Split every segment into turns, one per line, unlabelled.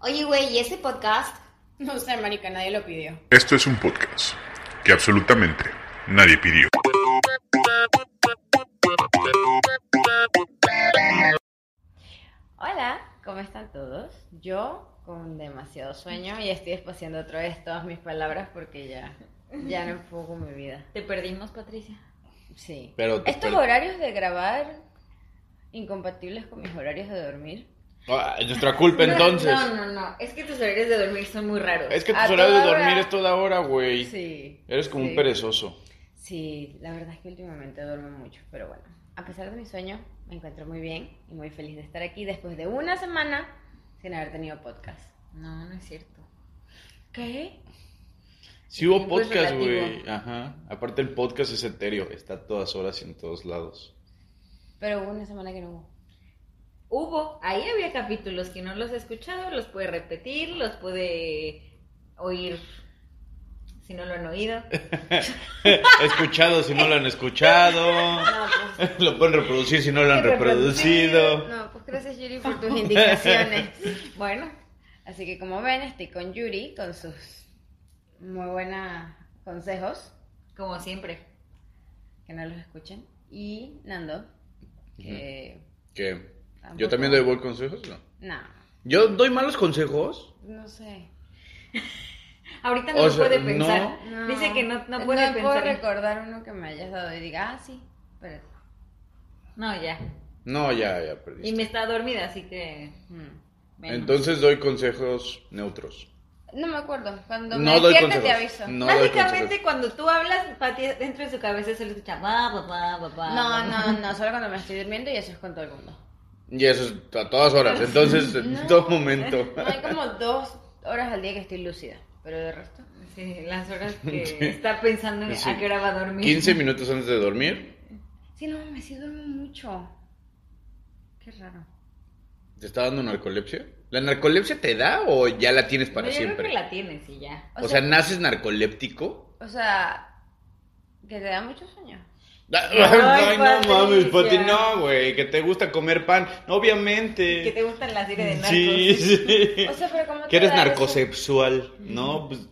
Oye, güey, ¿y este podcast?
No sé, marica, nadie lo pidió.
Esto es un podcast que absolutamente nadie pidió.
Hola, ¿cómo están todos? Yo con demasiado sueño y estoy espaciando otra vez todas mis palabras porque ya, ya no enfoco mi vida.
Te perdimos, Patricia.
Sí.
Pero,
Estos
pero-
horarios de grabar incompatibles con mis horarios de dormir.
Ah, es nuestra culpa entonces.
No, no, no. Es que tus horarios de dormir son muy raros.
Es que
A
tus horarios de
toda
dormir
hora.
es toda hora, güey.
Sí.
Eres como
Sí.
un perezoso.
Sí, la verdad es que últimamente duermo mucho, pero bueno, a pesar de mi sueño, me encuentro muy bien y muy feliz de estar aquí después de una semana sin haber tenido podcast.
No, no es cierto.
¿Qué?
Si hubo
Tiempo es
podcast,
relativo.
güey. Ajá. Aparte el podcast es etéreo, está a todas horas y en todos lados.
Pero hubo una semana que no hubo.
Hubo, ahí había capítulos que no los he escuchado, los puede repetir, los puede oír si no lo han oído.
Escuchado si no lo han escuchado.
No, pues,
Lo pueden reproducir si no lo han
reproducir.
reproducido.
No, pues gracias Yuri por tus indicaciones.
Bueno,
Así que como ven, estoy con Yuri con sus muy buenos consejos,
como siempre.
que no los escuchen, y Nando, que...
¿Qué?
Tampoco.
¿Yo también doy buenos consejos? No.
No,
¿Yo doy malos consejos?
no sé.
Ahorita
O
no lo
sea,
puede
no.
pensar.
No.
Dice que no, no puede
No puedo
pensar.
recordar uno que me hayas dado y diga, ah, sí, pero...
no, ya.
No, ya, ya
Y
perdí.
me está dormida, así que.
mm,
menos.
Entonces doy consejos neutros.
No me acuerdo. Cuando me
No doy
despierte te
consejos.
aviso.
No doy
Básicamente,
consejos.
cuando tú hablas, Pati, dentro de su cabeza se le escucha. "Ba, ba, ba, ba, ba,
No,
ba, ba".
no, no, solo cuando me estoy durmiendo y eso es con todo el mundo.
Y eso es a todas
Ah,
horas, entonces en todo momento.
No, hay como dos horas al día que estoy lúcida, pero de resto.
Sí, las horas que está pensando en
Sí.
a qué hora va a dormir.
15 minutos antes de dormir,
Sí, no, me sí duermo mucho. Qué raro.
¿te está dando narcolepsia? ¿La narcolepsia te da o ya la tienes
Pero
para
yo creo
siempre?
que la tienes y ya.
O
O sea,
sea-
¿naces narcoléptico?
O sea, que te da mucho sueño.
Ay,
Patricia.
no mames, Pati, no, güey, que te gusta comer pan, obviamente.
Que te gustan las series de narcos.
Sí, sí.
O sea, pero ¿cómo te
Que eres
da eso?
narcosexual, ¿no? Pues,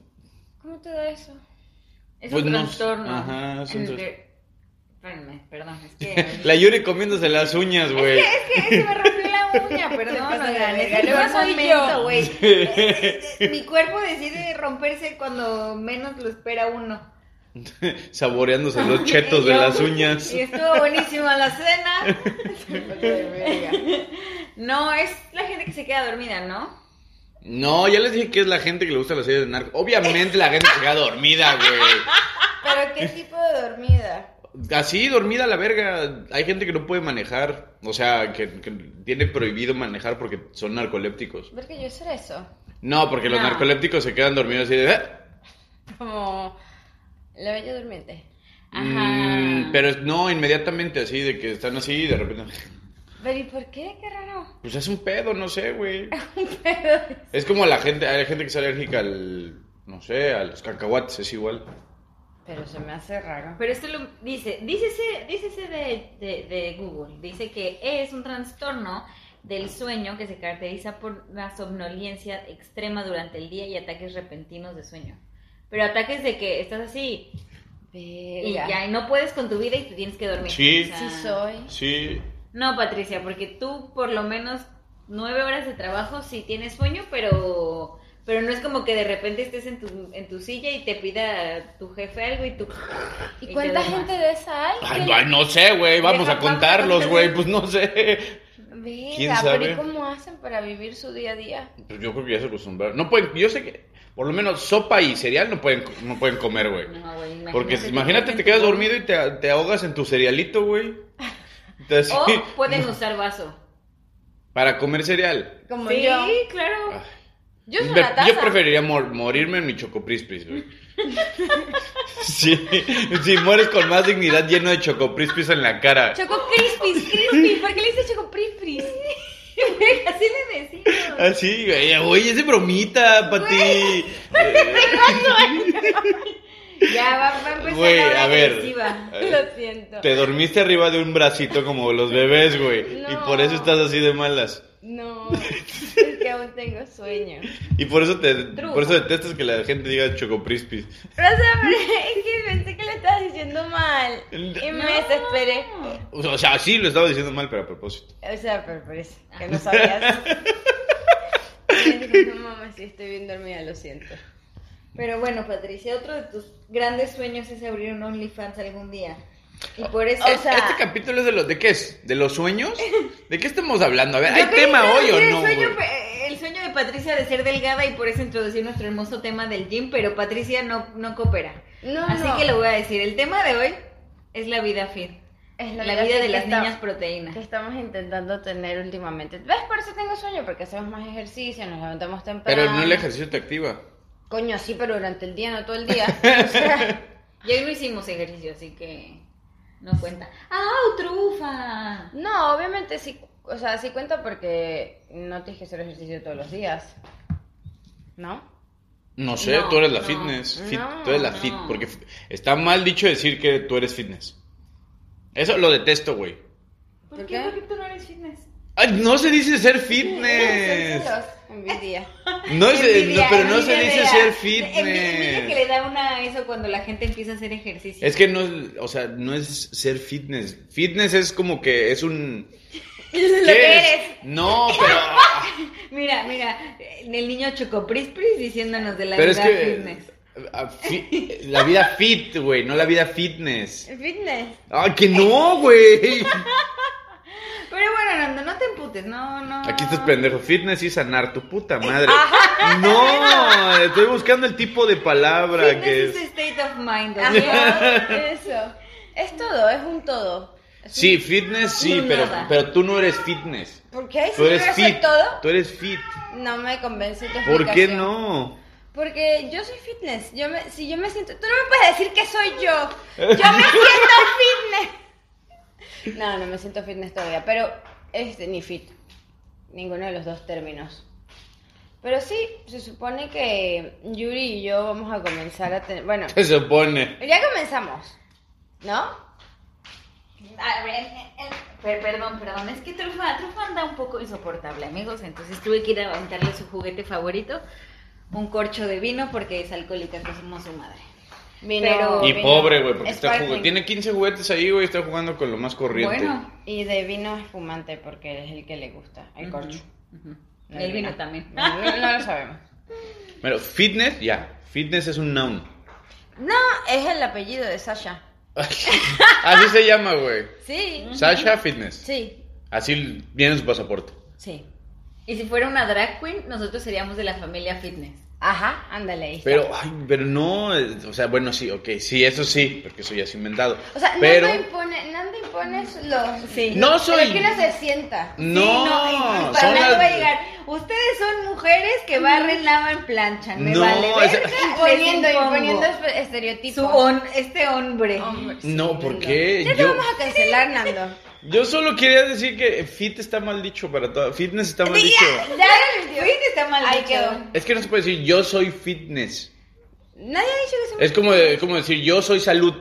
¿Cómo te da eso?
Es
Pues
un
no-
trastorno.
ajá, es un
En
tras-
que- Espérenme, perdón, es que...
la Yuri comiéndose las uñas, güey.
Es que se me rompió la uña,
Te
perdón,
pasas de
oigan, es
verga.
que
Luego
no soy
momento,
yo, güey. Eh, eh, Mi cuerpo decide romperse cuando menos lo espera uno.
Saboreándose los chetos de
Yo-
las uñas.
Y estuvo buenísima la cena. No, es la gente que se queda dormida, ¿no?
No, ya les dije que es la gente que le gusta las series de narco. Obviamente la gente se queda dormida, güey.
Pero ¿qué tipo de dormida?
Así, dormida a la verga. Hay gente que no puede manejar. O sea, que, que tiene prohibido manejar porque son narcolépticos.
Porque yo ser eso.
No, porque los
No.
narcolépticos se quedan dormidos así de... "Ah".
Como la bella durmiente.
Ajá.
Mm, pero no, inmediatamente así, de que están así y de repente...
Pero ¿y por qué? Qué raro.
Pues es un pedo, no sé, güey. Es como la gente, hay gente que es alérgica al... No sé, a los cacahuates, es igual.
Pero se me hace raro.
Pero esto lo dice, dícese, dícese de, de- de Google, dice que es un trastorno del sueño que se caracteriza por la somnolencia extrema durante el día y ataques repentinos de sueño. Pero ataques de que estás así y
Verga.
ya y no puedes con tu vida y te tienes que dormir.
Sí.
Sí soy.
Sí,
No, Patricia, porque tú por lo menos nueve horas de trabajo sí tienes sueño, pero pero no es como que de repente estés en tu, en tu silla y te pida tu jefe algo y tú...
¿Y
te
cuánta
duermas.
gente de esa hay?
Ay,
Que-
ay, no sé, güey, vamos
Deja-
a contarlos,
vamos a-
güey, pues no sé.
Verga,
¿Quién
pero ¿y
sabe?
cómo hacen para vivir su día a día?
Pues yo creo que ya se acostumbraron. No pueden, yo sé que por lo menos sopa y cereal no pueden, no pueden comer, güey.
No, güey, imagínate
Porque
que
imagínate,
duermen
te quedas
tu-
dormido y te, te ahogas en tu cerealito, güey. Entonces,
O Oh,
Oh.
pueden usar vaso.
Para comer cereal.
Como
sí,
yo.
claro.
Yo soy
Me-
una taza.
yo preferiría mor- morirme en mi chocoprispis, güey. sí, si mueres con más dignidad lleno de chocoprispis en la cara.
Choco Crispis, Crispis. ¿Por qué le dices Choco Crispis?
Así le decimos.
Así, Ah, güey, güey, es de bromita, Pati. Eh,
Ya va, va a empezar
Güey,
la hora
a ver.
agresiva.
Lo siento.
Te dormiste arriba de un bracito como los bebés, güey.
No.
Y por eso estás así de malas.
No. Es que no tengo sueño.
Y por eso te
Truco.
por eso detestas que la gente diga chocoprispis.
Pero, o sea, pero es que pensé que lo estabas diciendo mal. Y me
No.
desesperé.
O sea, sí lo estaba diciendo mal, pero a propósito.
O sea, pero por eso, que no sabías. Y dije, no mames, sí, estoy bien dormida, lo siento.
Pero bueno, Patricia, otro de tus grandes sueños es abrir un OnlyFans algún día. Y por eso,
O sea,
este capítulo es de los de qué es? ¿De los sueños? ¿De qué estamos hablando? A ver,
Yo
Ah, ¿hay
quería
tema hoy o
introducir
no?
El sueño,
güey?
eh, el sueño de Patricia de ser delgada y por eso introducir nuestro hermoso tema del gym, pero Patricia no, no coopera.
No,
Así
no.
que lo voy a decir. El tema de hoy es la vida fit.
Es
La, vida de
que
las
está-
niñas proteínas.
que estamos intentando tener últimamente. ¿Ves? Por eso tengo sueño, porque hacemos más ejercicio, nos levantamos temprano.
Pero no el ejercicio te activa.
Coño, sí, pero durante el día, no todo el día. O sea,
Y hoy no hicimos ejercicio, así que no cuenta. ¡Ah, trufa!
no, obviamente sí, o sea, sí cuenta porque no tienes que hacer ejercicio todos los días. ¿No?
No sé,
No,
tú eres la
no.
fitness. fit-
No,
tú eres la
no.
fit. Porque f- está mal dicho decir que tú eres fitness. Eso lo detesto, güey.
¿Por,
¿Por
qué?
qué?
¿Por qué tú no eres fitness?
Ay, no se dice ser
Son
fitness.
celos, Envidia.
No se,
Envidia,
no, pero no se
envidia
dice
de-
ser
envidia- envidia que
fitness.
le da una a eso cuando la gente empieza a hacer ejercicio.
Es que no, es- o sea, no es ser fitness. Fitness es como que es un.
lo
¿Qué
que
es?
eres.
No, pero.
Mira, mira, eh, el niño Chocoprispris diciéndonos de la
pero es
vida
que.
fitness.
a- fi- la vida fit, güey, no la vida fitness.
Fitness.
¡Ay, que no, güey!
Pero bueno, Nando, no te emputes, no, no.
Aquí estás pendejo. Fitness y sanar, tu puta madre. No, estoy buscando el tipo de palabra que
Fitness
es.
is a state of mind, ¿ok?
Ajá, eso. Es todo, es un todo.
Sí, fitness sí,
No,
pero,
nada.
pero tú no eres fitness.
¿Por qué? Si
Tú eres
quiero hacer
fit.
todo,
Tú eres fit.
no me convence tu
¿Por qué
explicación.
no?
Porque yo soy fitness. Yo me, si yo me siento. Tú no me puedes decir que soy yo. Yo me siento fitness. No, no me siento fitness todavía. Pero este, ni fit. Ninguno de los dos términos. Pero sí, se supone que Yuri y yo vamos a comenzar a tener. Bueno,
Se supone.
ya comenzamos. ¿No?
A ver, eh, eh, per- perdón, perdón, es que Trufa, Trufa anda un poco insoportable, amigos, entonces tuve que ir a aventarle su juguete favorito, un corcho de vino, porque es alcohólica como su madre.
Vino,
Pero-
Y
vino
pobre, güey, porque está
sparkling.
jugando. Tiene 15 juguetes ahí, güey, está jugando con lo más corriente.
Bueno.
Y de vino espumante porque es el que le gusta, el corcho.
Ujú, ujú.
No
El vino también.
No, no- no lo sabemos.
Pero fitness, ya. Fitness es un noun.
No, es el apellido de Sasha.
Así se llama, güey.
Sí.
Sasha Fitness.
Sí.
Así viene su pasaporte.
Sí.
Y si fuera una drag queen, nosotros seríamos de la familia fitness.
Ajá, ándale. ahí está.
Pero, ay, pero no, eh, o sea, bueno, sí, ok, sí, eso sí, porque eso ya es inventado.
o sea,
pero
Nando impone, Nando impone los...
Sí.
No
Pero
soy-
que uno se sienta.
no,
y- y para
son
nada
las-
va a llegar. Ustedes son mujeres que barren, lavan, planchan. Me
No,
vale
o sea-
verga, les
Imponiendo,
impongo.
imponiendo espe- estereotipos.
Su on, este hombre.
Hombre, sí,
no, ¿por
Nando.
qué?
Ya te
Yo,
vamos a cancelar, Nando.
yo solo quería decir que fit está mal dicho para todo, fitness está mal dicho.
Ya, ¿viste? Está mal
Ahí
dicho.
quedó.
Es que no se puede decir yo soy fitness.
Nadie ha dicho que somos...
Es como, de- como decir yo soy salud.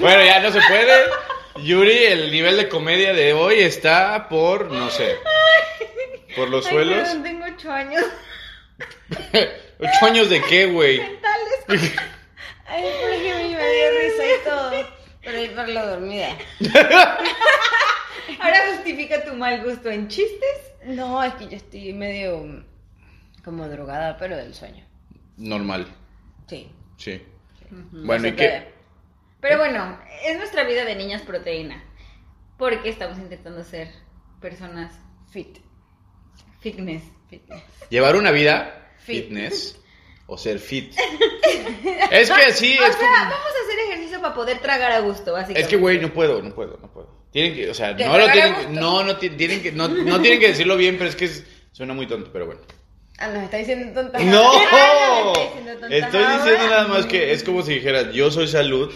bueno, ya no se puede. Yuri, el nivel de comedia de hoy está por, no sé, por los
Ay,
suelos.
perdón, tengo ocho años
¿Ocho años de qué, güey?
mentales.
Ay, por ejemplo, me dio risa y todo. Pero ahí por lo dormida.
Ahora justifica tu mal gusto en chistes.
No, es que yo estoy medio mm, como drogada, pero del sueño.
Normal,
Sí.
sí.
Ujú.
Bueno,
se
¿y qué?
puede.
Pero bueno, es nuestra vida de niñas proteína. Porque estamos intentando ser personas
Fit.
fitness.
Fitness.
¿Llevar una vida
Fit.
fitness o ser fit? es que sí,
O
es
sea,
como...
vamos a hacer ejercicio para poder tragar a gusto, básicamente.
Es que, güey, no puedo, no puedo, no puedo. Tienen que, o sea,
Que
no lo
te
tienen
haga
que,
gusto.
no, no ti- tienen que, no, no tienen que decirlo bien, pero es que es- suena muy tonto, pero bueno.
Ah, nos está diciendo tonta.
¡No!
Ah, no, me está diciendo tonta.
Estoy
Ah,
diciendo
bueno.
nada más que es como si dijeras, yo soy salud.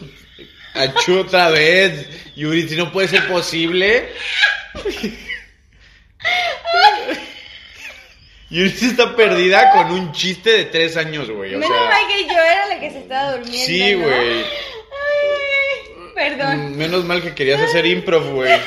Achú otra vez. Yuri, si no puede ser posible. Yuri se está perdida con un chiste de tres años, güey. O
Menos mal
sea,
que yo era la que se estaba durmiendo.
sí,
¿no?
güey.
Ay, ay, ay.
Perdón.
Mm, Menos mal que querías hacer impro, güey. Mm.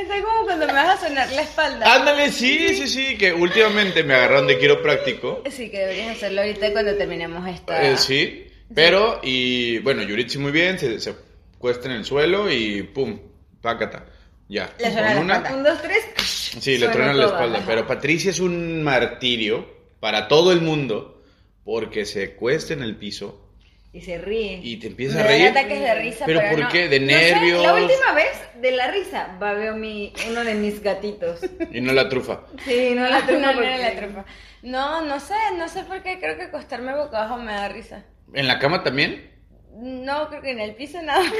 Esto es como cuando me vas a sonar la espalda.
Ándale, sí, sí, sí, que últimamente me agarraron de quiropráctico.
Sí, que deberías hacerlo ahorita cuando terminemos esta.
Eh, sí, pero, y bueno, Yuritsi muy bien, se, se cuesta en el suelo y pum, pácata. Ya.
Le suena la
Con una-
espalda. Un, dos, tres.
Sí, le
Suena
truenan la
toda,
espalda.
ajá.
Pero Patricia es un martirio para todo el mundo porque se cuesta en el piso
Y se ríe.
y te
Me
empieza a
dan
reír.
ataques de risa.
¿Pero por
no-
qué? ¿De
no sé,
nervios?
La última vez de la risa babeó mi, uno de mis gatitos.
Y no la trufa.
Sí, no la
No,
trufa.
no, no,
porque-
la trufa. No, no sé, no sé por qué. Creo que acostarme boca abajo me da risa.
¿En la cama también?
No, creo que en el piso nada. más.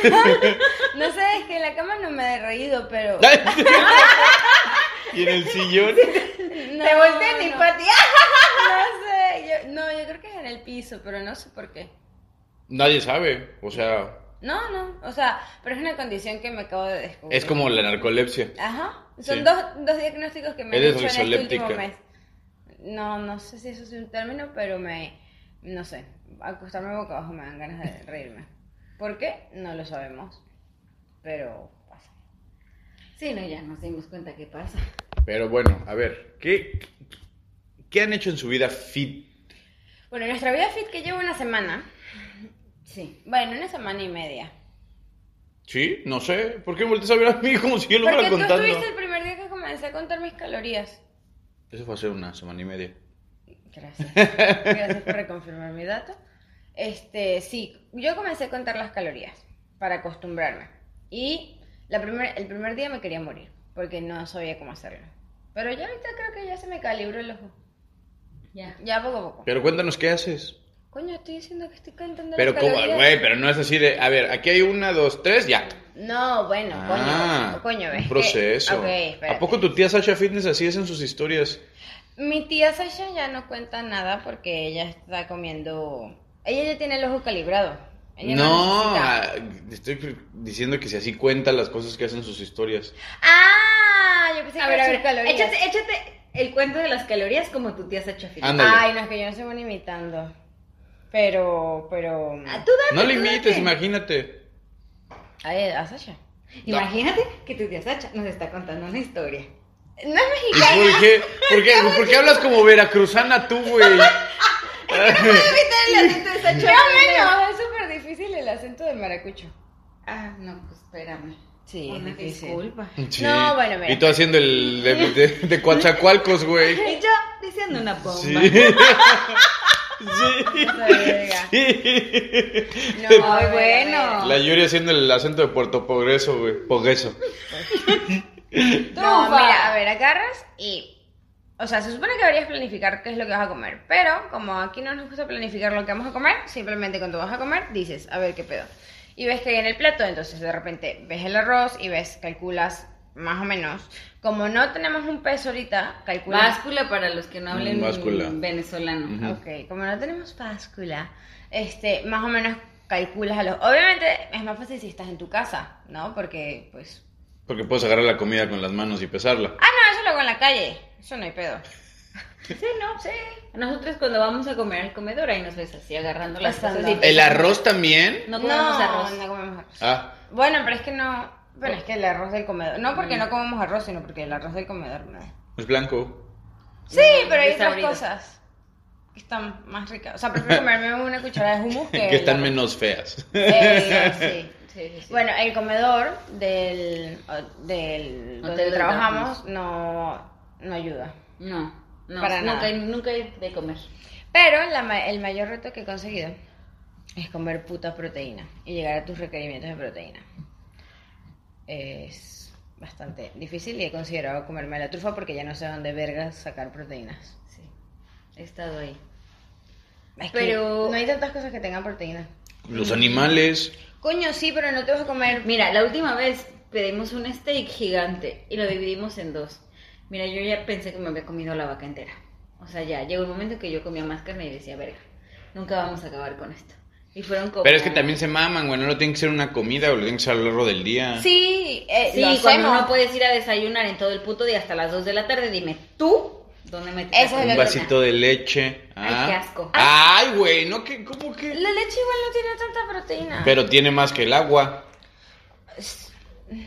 no sé, es que en la cama no me he reído, pero.
¿Y en el sillón?
No,
Te volteé mi
no.
pati.
No sé, yo, no, yo creo que es en el piso, pero no sé por qué.
Nadie sabe. O sea,
No, no, o sea, pero es una condición que me acabo de descubrir.
es como la narcolepsia.
Ajá, son
Sí.
dos, dos diagnósticos que me han
Eres
hecho en este
risoléptica.
último mes. No, no sé si eso es un término, pero me, no sé, acostarme boca abajo me dan ganas de reírme. ¿Por qué? No lo sabemos, pero pasa.
Sí, no, ya nos dimos cuenta qué pasa.
Pero bueno, a ver, ¿qué, qué han hecho en su vida fit?
Bueno, nuestra vida fit que llevo una semana,
Sí.
bueno, una semana y media.
¿Sí? No sé. ¿Por qué volteas a ver a mí como si yo lo
Porque
fuera
tú
contando?
estuviste el primer día que comencé a contar mis calorías.
Eso fue hace una semana y media.
Gracias. Gracias por reconfirmar mi dato. Este, sí, yo comencé a contar las calorías para acostumbrarme. Y la primer- el primer día me quería morir porque no sabía cómo hacerlo. Pero ya ahorita creo que ya se me calibró el ojo.
Ya.
Ya poco a poco.
Pero cuéntanos qué haces.
Coño, estoy diciendo que estoy contando
Pero
las
como,
calorías.
güey, pero no es así de, a ver, aquí hay una, dos, tres, ya.
No, bueno,
Ah,
coño, coño, ves.
un
que-
proceso.
Ok, espérate.
¿A poco tu tía Sasha Fitness así es en sus historias?
Mi tía Sasha ya no cuenta nada porque ella está comiendo. Ella ya tiene el ojo calibrado. Ella
no,
necesita.
ah, estoy diciendo que si así cuenta las cosas que hacen sus historias.
Ah, yo pensé
A
que
ver,
era
a
sus
ver,
calorías.
échate, échate el cuento de las calorías como tu tía Sacha Fitness.
Ándale.
Ay, no, es que yo no soy buena imitando. Pero, pero.
Ah, tú date,
No
tú
le imites,
date.
imagínate.
Ay, a Sasha.
Imagínate que tu tía Sacha nos está contando una historia.
No es
¿Y
mexicana.
por qué? ¿Por qué, por qué hablas como veracruzana tú, güey?
Yo menos. Es súper difícil el acento de maracucho.
Ah, no, pues espérame.
Sí,
Una
es difícil.
disculpa.
Sí.
No, bueno, mira.
Y tú haciendo el de, de, de Coatzacoalcos, güey.
Y yo diciendo una bomba.
Sí. Sí.
Esa verga. No,
Ay,
bueno.
bueno.
La Yuri haciendo el acento de Puerto Progreso, güey. Progreso.
No,
Trufa.
mira, a ver, agarras y. O sea, se supone que deberías planificar qué es lo que vas a comer, pero como aquí no nos gusta planificar lo que vamos a comer, simplemente cuando vas a comer dices, a ver qué pedo. Y ves que hay en el plato, entonces de repente ves el arroz y ves, calculas más o menos. Como no tenemos un peso ahorita, calculas.
Báscula para los que no hablen
Mm, báscula.
venezolano.
Ujú.
Ok, como no tenemos báscula, este, más o menos calculas a los. Obviamente es más fácil si estás en tu casa, ¿no? Porque, pues.
Porque puedes agarrar la comida con las manos y pesarla.
Ah, no, eso lo hago en la calle. Eso no hay pedo.
Sí, no, sí. Nosotros cuando vamos a comer al comedor ahí nos ves así agarrando las
Pasando.
cosas. y-
¿El arroz también?
No comemos arroz.
No comemos arroz.
Ah,
Bueno, pero es que no. Mm. Bueno, es que el arroz del comedor. No porque no comemos arroz, sino porque el arroz del comedor me da.
es blanco.
Sí, pero hay otras
desabrido.
cosas que están más ricas. O sea, prefiero comerme una cucharada de hummus que.
Que están
el arroz.
menos feas.
Eh, sí.
Sí, sí, sí.
Bueno, el comedor del, o- del
Hotel
donde
donde
trabajamos no, no ayuda.
No, no,
Para
nunca,
nada.
hay- nunca hay de comer.
Pero la ma- el mayor reto que he conseguido es comer puta proteína y llegar a tus requerimientos de proteína. Es bastante difícil y he considerado comerme la trufa porque ya no sé dónde vergas sacar proteínas.
Sí, he estado ahí.
Es que
Pero-
no hay tantas cosas que tengan proteína.
Los animales.
Coño, sí, pero no te vas a comer.
Mira, la última vez pedimos un steak gigante y lo dividimos en dos. Mira, yo ya pensé que me había comido la vaca entera. O sea, ya llegó un momento que yo comía más carne y decía, verga, nunca vamos a acabar con esto. Y fueron como...
Pero es que también se maman, güey. No lo tiene que ser una comida, o lo tiene que ser a lo largo del día.
Sí, eh,
Sí,
lo
cuando
hacemos.
no puedes ir a desayunar en todo el puto día hasta las 2 de la tarde, dime, tú ¿Dónde metes
Esa
la
es
Un
la
colina?
vasito de leche.
Ay,
Ah.
qué asco.
Ay, güey, no que, ¿cómo que?
La leche igual no tiene tanta proteína.
Pero tiene más que el agua.
Eh,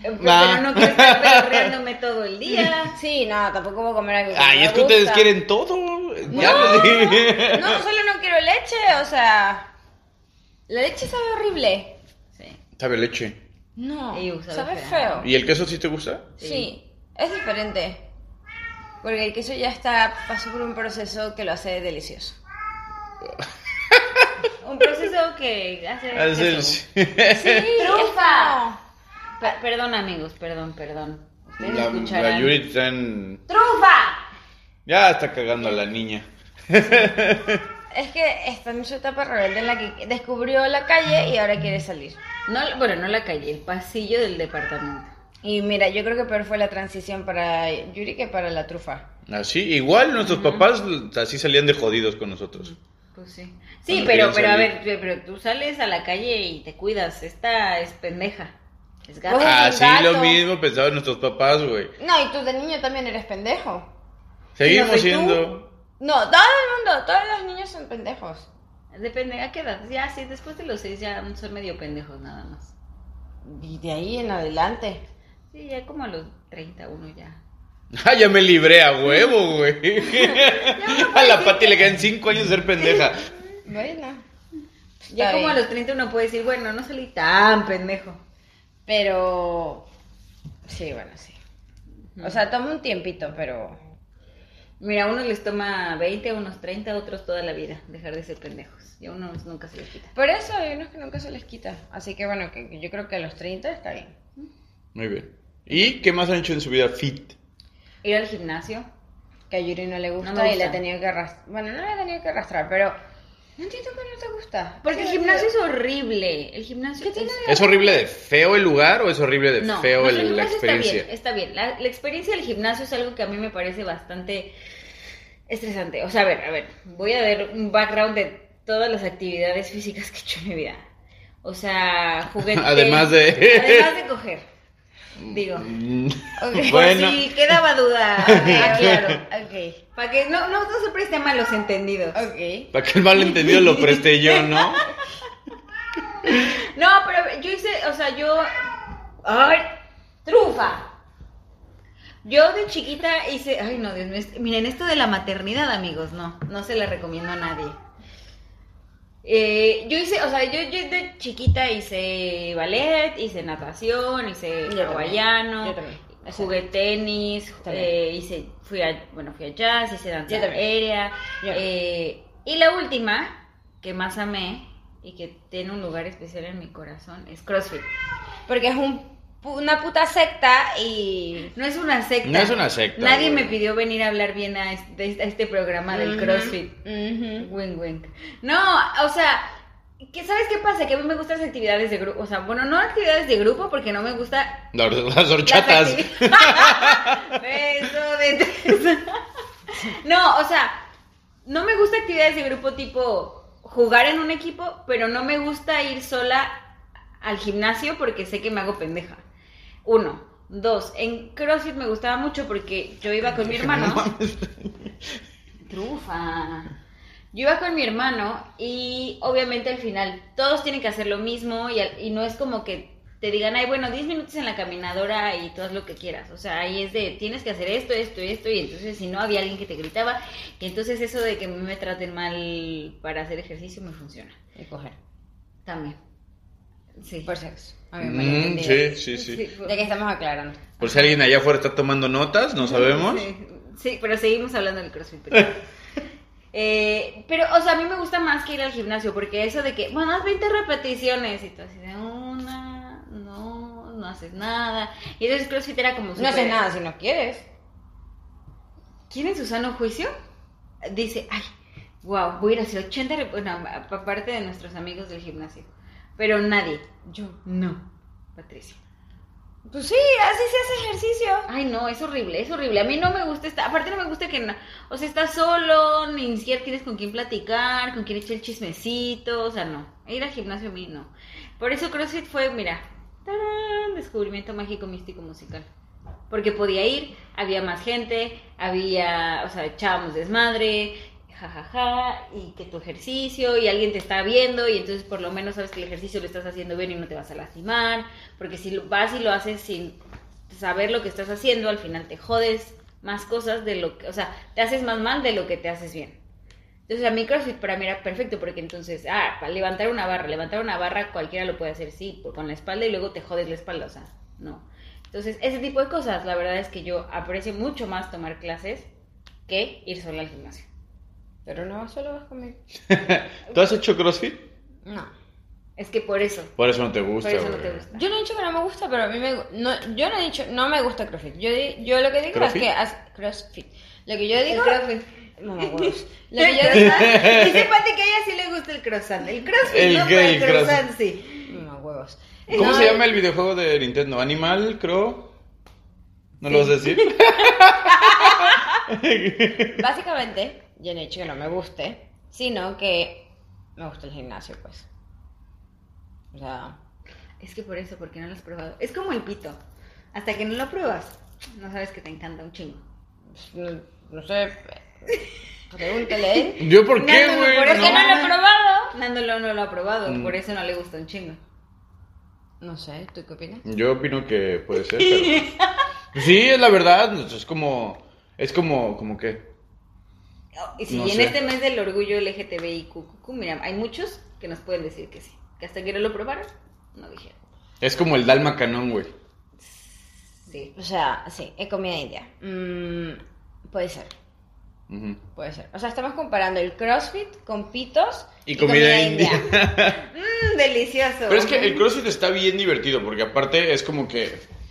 Pero
Ah.
no quiero estar pedorreándome todo el día.
Sí, no, tampoco voy a comer algo. que no
Ay,
me
Ah, es que ustedes
gusta.
quieren todo. Ya
No,
les dije.
no, solo no quiero leche, o sea. La leche sabe horrible.
Sí.
Sabe leche.
No,
Ew, sabe
sabe
feo.
feo.
¿Y el queso sí te gusta?
Sí. es diferente. Porque el queso ya está, pasó por un proceso que lo hace delicioso.
Un proceso que hace...
Ah,
Es el-
eso.
Sí, trufa.
Pe- perdón, amigos, perdón, perdón. Ustedes
La,
escucharán.
la Yuri está en-
¡Trufa!
Ya está cagando a la niña.
Es que está en su etapa rebelde en la que descubrió la calle y ahora quiere salir.
No, bueno, no la calle, el pasillo del departamento.
Y mira, yo creo que peor fue la transición para Yuri que para la trufa.
Así, igual nuestros papás así salían de jodidos con nosotros.
Pues sí. Sí, pero,
Cuando quieren
pero a ver,
salir.
pero tú sales a la calle y te cuidas. Esta es pendeja. Es gata.
Ojo.
Así
gato.
lo mismo pensaban nuestros papás, güey.
No, y tú de niño también eres pendejo.
Seguimos
¿Y no soy
siendo.
tú? No, todo el mundo, todos los niños son pendejos.
Depende, ¿a qué edad? Ya, sí, después de los seis ya son medio pendejos nada más.
Y de ahí en adelante.
Sí, ya como a los 31 ya.
Ah, ya me libré a huevo, güey. a la Pati le quedan cinco años de ser pendeja.
Bueno.
Ya
Está
como a
bien.
los 30 uno puede decir, bueno, no salí tan pendejo.
Pero. Sí, bueno, sí. O sea, toma un tiempito, pero.
Mira, a unos les toma 20, a unos 30, a otros toda la vida dejar de ser pendejos. Y a unos nunca se les quita.
Por eso hay unos que nunca se les quita. Así que bueno, que que yo creo que a los 30 está bien.
Muy bien. ¿Y qué más han hecho en su vida fit?
Ir al gimnasio.
Que a Yuri no le gusta,
No me
y le he
gusta.
tenido que arrastrar. Bueno, no le he tenido que arrastrar, pero. No entiendo que no te gusta.
Porque el
Sí,
gimnasio es
sí.
horrible. El gimnasio
¿Qué tiene
es-
¿Es horrible de feo el lugar o es horrible de
No,
feo
nuestro
el- la
gimnasio
experiencia?
Está bien, está bien. La, la experiencia del gimnasio es algo que a mí me parece bastante estresante. O sea, a ver, a ver, voy a dar un background de todas las actividades físicas que he hecho en mi vida. O sea, juguete.
Además de-
Además de coger. Digo.
Mm,
Ok.
Bueno,
Por si quedaba duda.
Ah,
claro.
claro. Ok.
Para que no, no, no se preste a malos entendidos.
Ok.
para que el malentendido lo preste yo, ¿no?
No, pero yo hice, o sea, yo. ¡Ay! ¡Trufa! Yo de chiquita hice. Ay, no, Dios mío. es- Miren, esto de la maternidad, amigos, no. No se la recomiendo a nadie. Eh, yo hice, o sea, yo, yo de chiquita hice ballet, hice natación, hice
Yo también,
hawaiano,
yo también.
jugué tenis,
También.
eh, hice, fui a, bueno, fui a jazz, hice danza
Yo también.
aérea.
Yo.
eh, y la última, que más amé y que tiene un lugar especial en mi corazón, es CrossFit.
Porque es un, pu- una puta secta y.
No es una secta.
No es una secta,
Nadie
güey.
me pidió venir a hablar bien a este, a este programa del
Ujú,
CrossFit.
ujú.
Wing wing. No, o sea, que ¿sabes qué pasa? Que a mí me gustan las actividades de grupo. O sea, bueno, no actividades de grupo porque no me gusta.
Las, las
las
horchatas.
activi- Beso de tres. No, o sea, no me gusta actividades de grupo tipo jugar en un equipo, pero no me gusta ir sola al gimnasio porque sé que me hago pendeja. Uno. Dos, en CrossFit me gustaba mucho porque yo iba con mi hermano. Trufa. Yo iba con mi hermano y obviamente al final todos tienen que hacer lo mismo y, al- y no es como que te digan, ay, bueno, 10 minutos en la caminadora y tú haz lo que quieras. O sea, ahí es de, tienes que hacer esto, esto, esto y entonces si no había alguien que te gritaba, que entonces eso de que a mí me traten mal para hacer ejercicio me funciona.
Y coger.
También. Sí.
Por sexo. A mí me
Mm, sí, sí, sí.
Sí,
Ya que estamos aclarando.
Por si alguien allá afuera está tomando notas, no sabemos.
Sí, sí, pero seguimos hablando del CrossFit. Pero, Eh, pero, o sea, a mí me gusta más que ir al gimnasio, porque eso de que, bueno, haz 20 repeticiones y tú así de una, no, no haces nada. Y entonces CrossFit era como...
No
súper-
haces nada si no quieres.
¿Quién en su sano juicio dice, ay, wow, voy a ir a hacer 80 rep-", Bueno, a- aparte de nuestros amigos del gimnasio. Pero nadie.
Yo.
No, Patricia.
Pues sí, así se hace ejercicio.
Ay, no, es horrible, es horrible. A mí no me gusta esta. Aparte, no me gusta que. no- o sea, estás solo, ni siquiera tienes con quién platicar, con quién echar el chismecito. O sea, no. Ir al gimnasio a mí no. Por eso CrossFit fue, mira, ¡tarán! descubrimiento mágico, místico, musical. Porque podía ir, había más gente, había, o sea, echábamos desmadre, jajaja, y que tu ejercicio, y alguien te está viendo, y entonces por lo menos sabes que el ejercicio lo estás haciendo bien y no te vas a lastimar, porque si lo- vas y lo haces sin saber lo que estás haciendo, al final te jodes más cosas de lo que, o sea, te haces más mal de lo que te haces bien. Entonces a mí CrossFit para mí era perfecto porque entonces, ah, para levantar una barra, levantar una barra cualquiera lo puede hacer, sí, por- con la espalda y luego te jodes la espalda, o sea, no. Entonces ese tipo de cosas, la verdad es que yo aprecio mucho más tomar clases que ir sola al gimnasio.
Pero no solo vas conmigo.
¿Tú has hecho CrossFit?
No.
Es que por eso,
Por eso no te
por
gusta,
eso no
güey.
te gusta.
Yo no he dicho que no me gusta, pero a mí me gu- no, yo no he dicho no me gusta CrossFit. Yo di- yo lo que digo
¿Crossfit?
es que as- CrossFit. Lo que yo
El
digo
CrossFit.
no me gusta. Lo
El
que yo digo
croissant, dice Pati que a ella sí le gusta el croissant. El croissant
El
no,
que-
pero el,
el
croissant,
croissant.
sí.
no huevos.
¿Cómo
No,
eh.
se llama el videojuego de Nintendo? ¿Animal, creo? ¿No lo vas a decir?
Básicamente, yo no he dicho que no me guste, sino que me gusta el gimnasio, pues. O sea,
Es que por eso, porque no lo has probado. Es como el pito. Hasta que no lo pruebas, no sabes que te encanta un chingo.
pues, no, no sé. Pregúntale ¿eh? a él.
¿Yo por qué,
Nando,
güey?
Por eso no, lo
No.
he probado. Nando lo- no lo ha probado,
Mm.
por eso no le gusta un chingo.
No sé, ¿tú qué opinas?
Yo opino que puede ser, pero... pues Sí, es la verdad, pues es como... Es como, como que...
Y si
No
en
sé.
este mes del orgullo LGTBIQ, mira, hay muchos que nos pueden decir que sí. Que hasta que no lo probaron, no dijeron.
Es como el Dalma Canón, güey.
Sí.
O sea, sí, he comido india. Mm, puede ser,
Ujú.
puede ser. O sea, estamos comparando el CrossFit con pitos
Y comida india.
Mmm, delicioso.
Pero es que el CrossFit está bien divertido, porque aparte es como que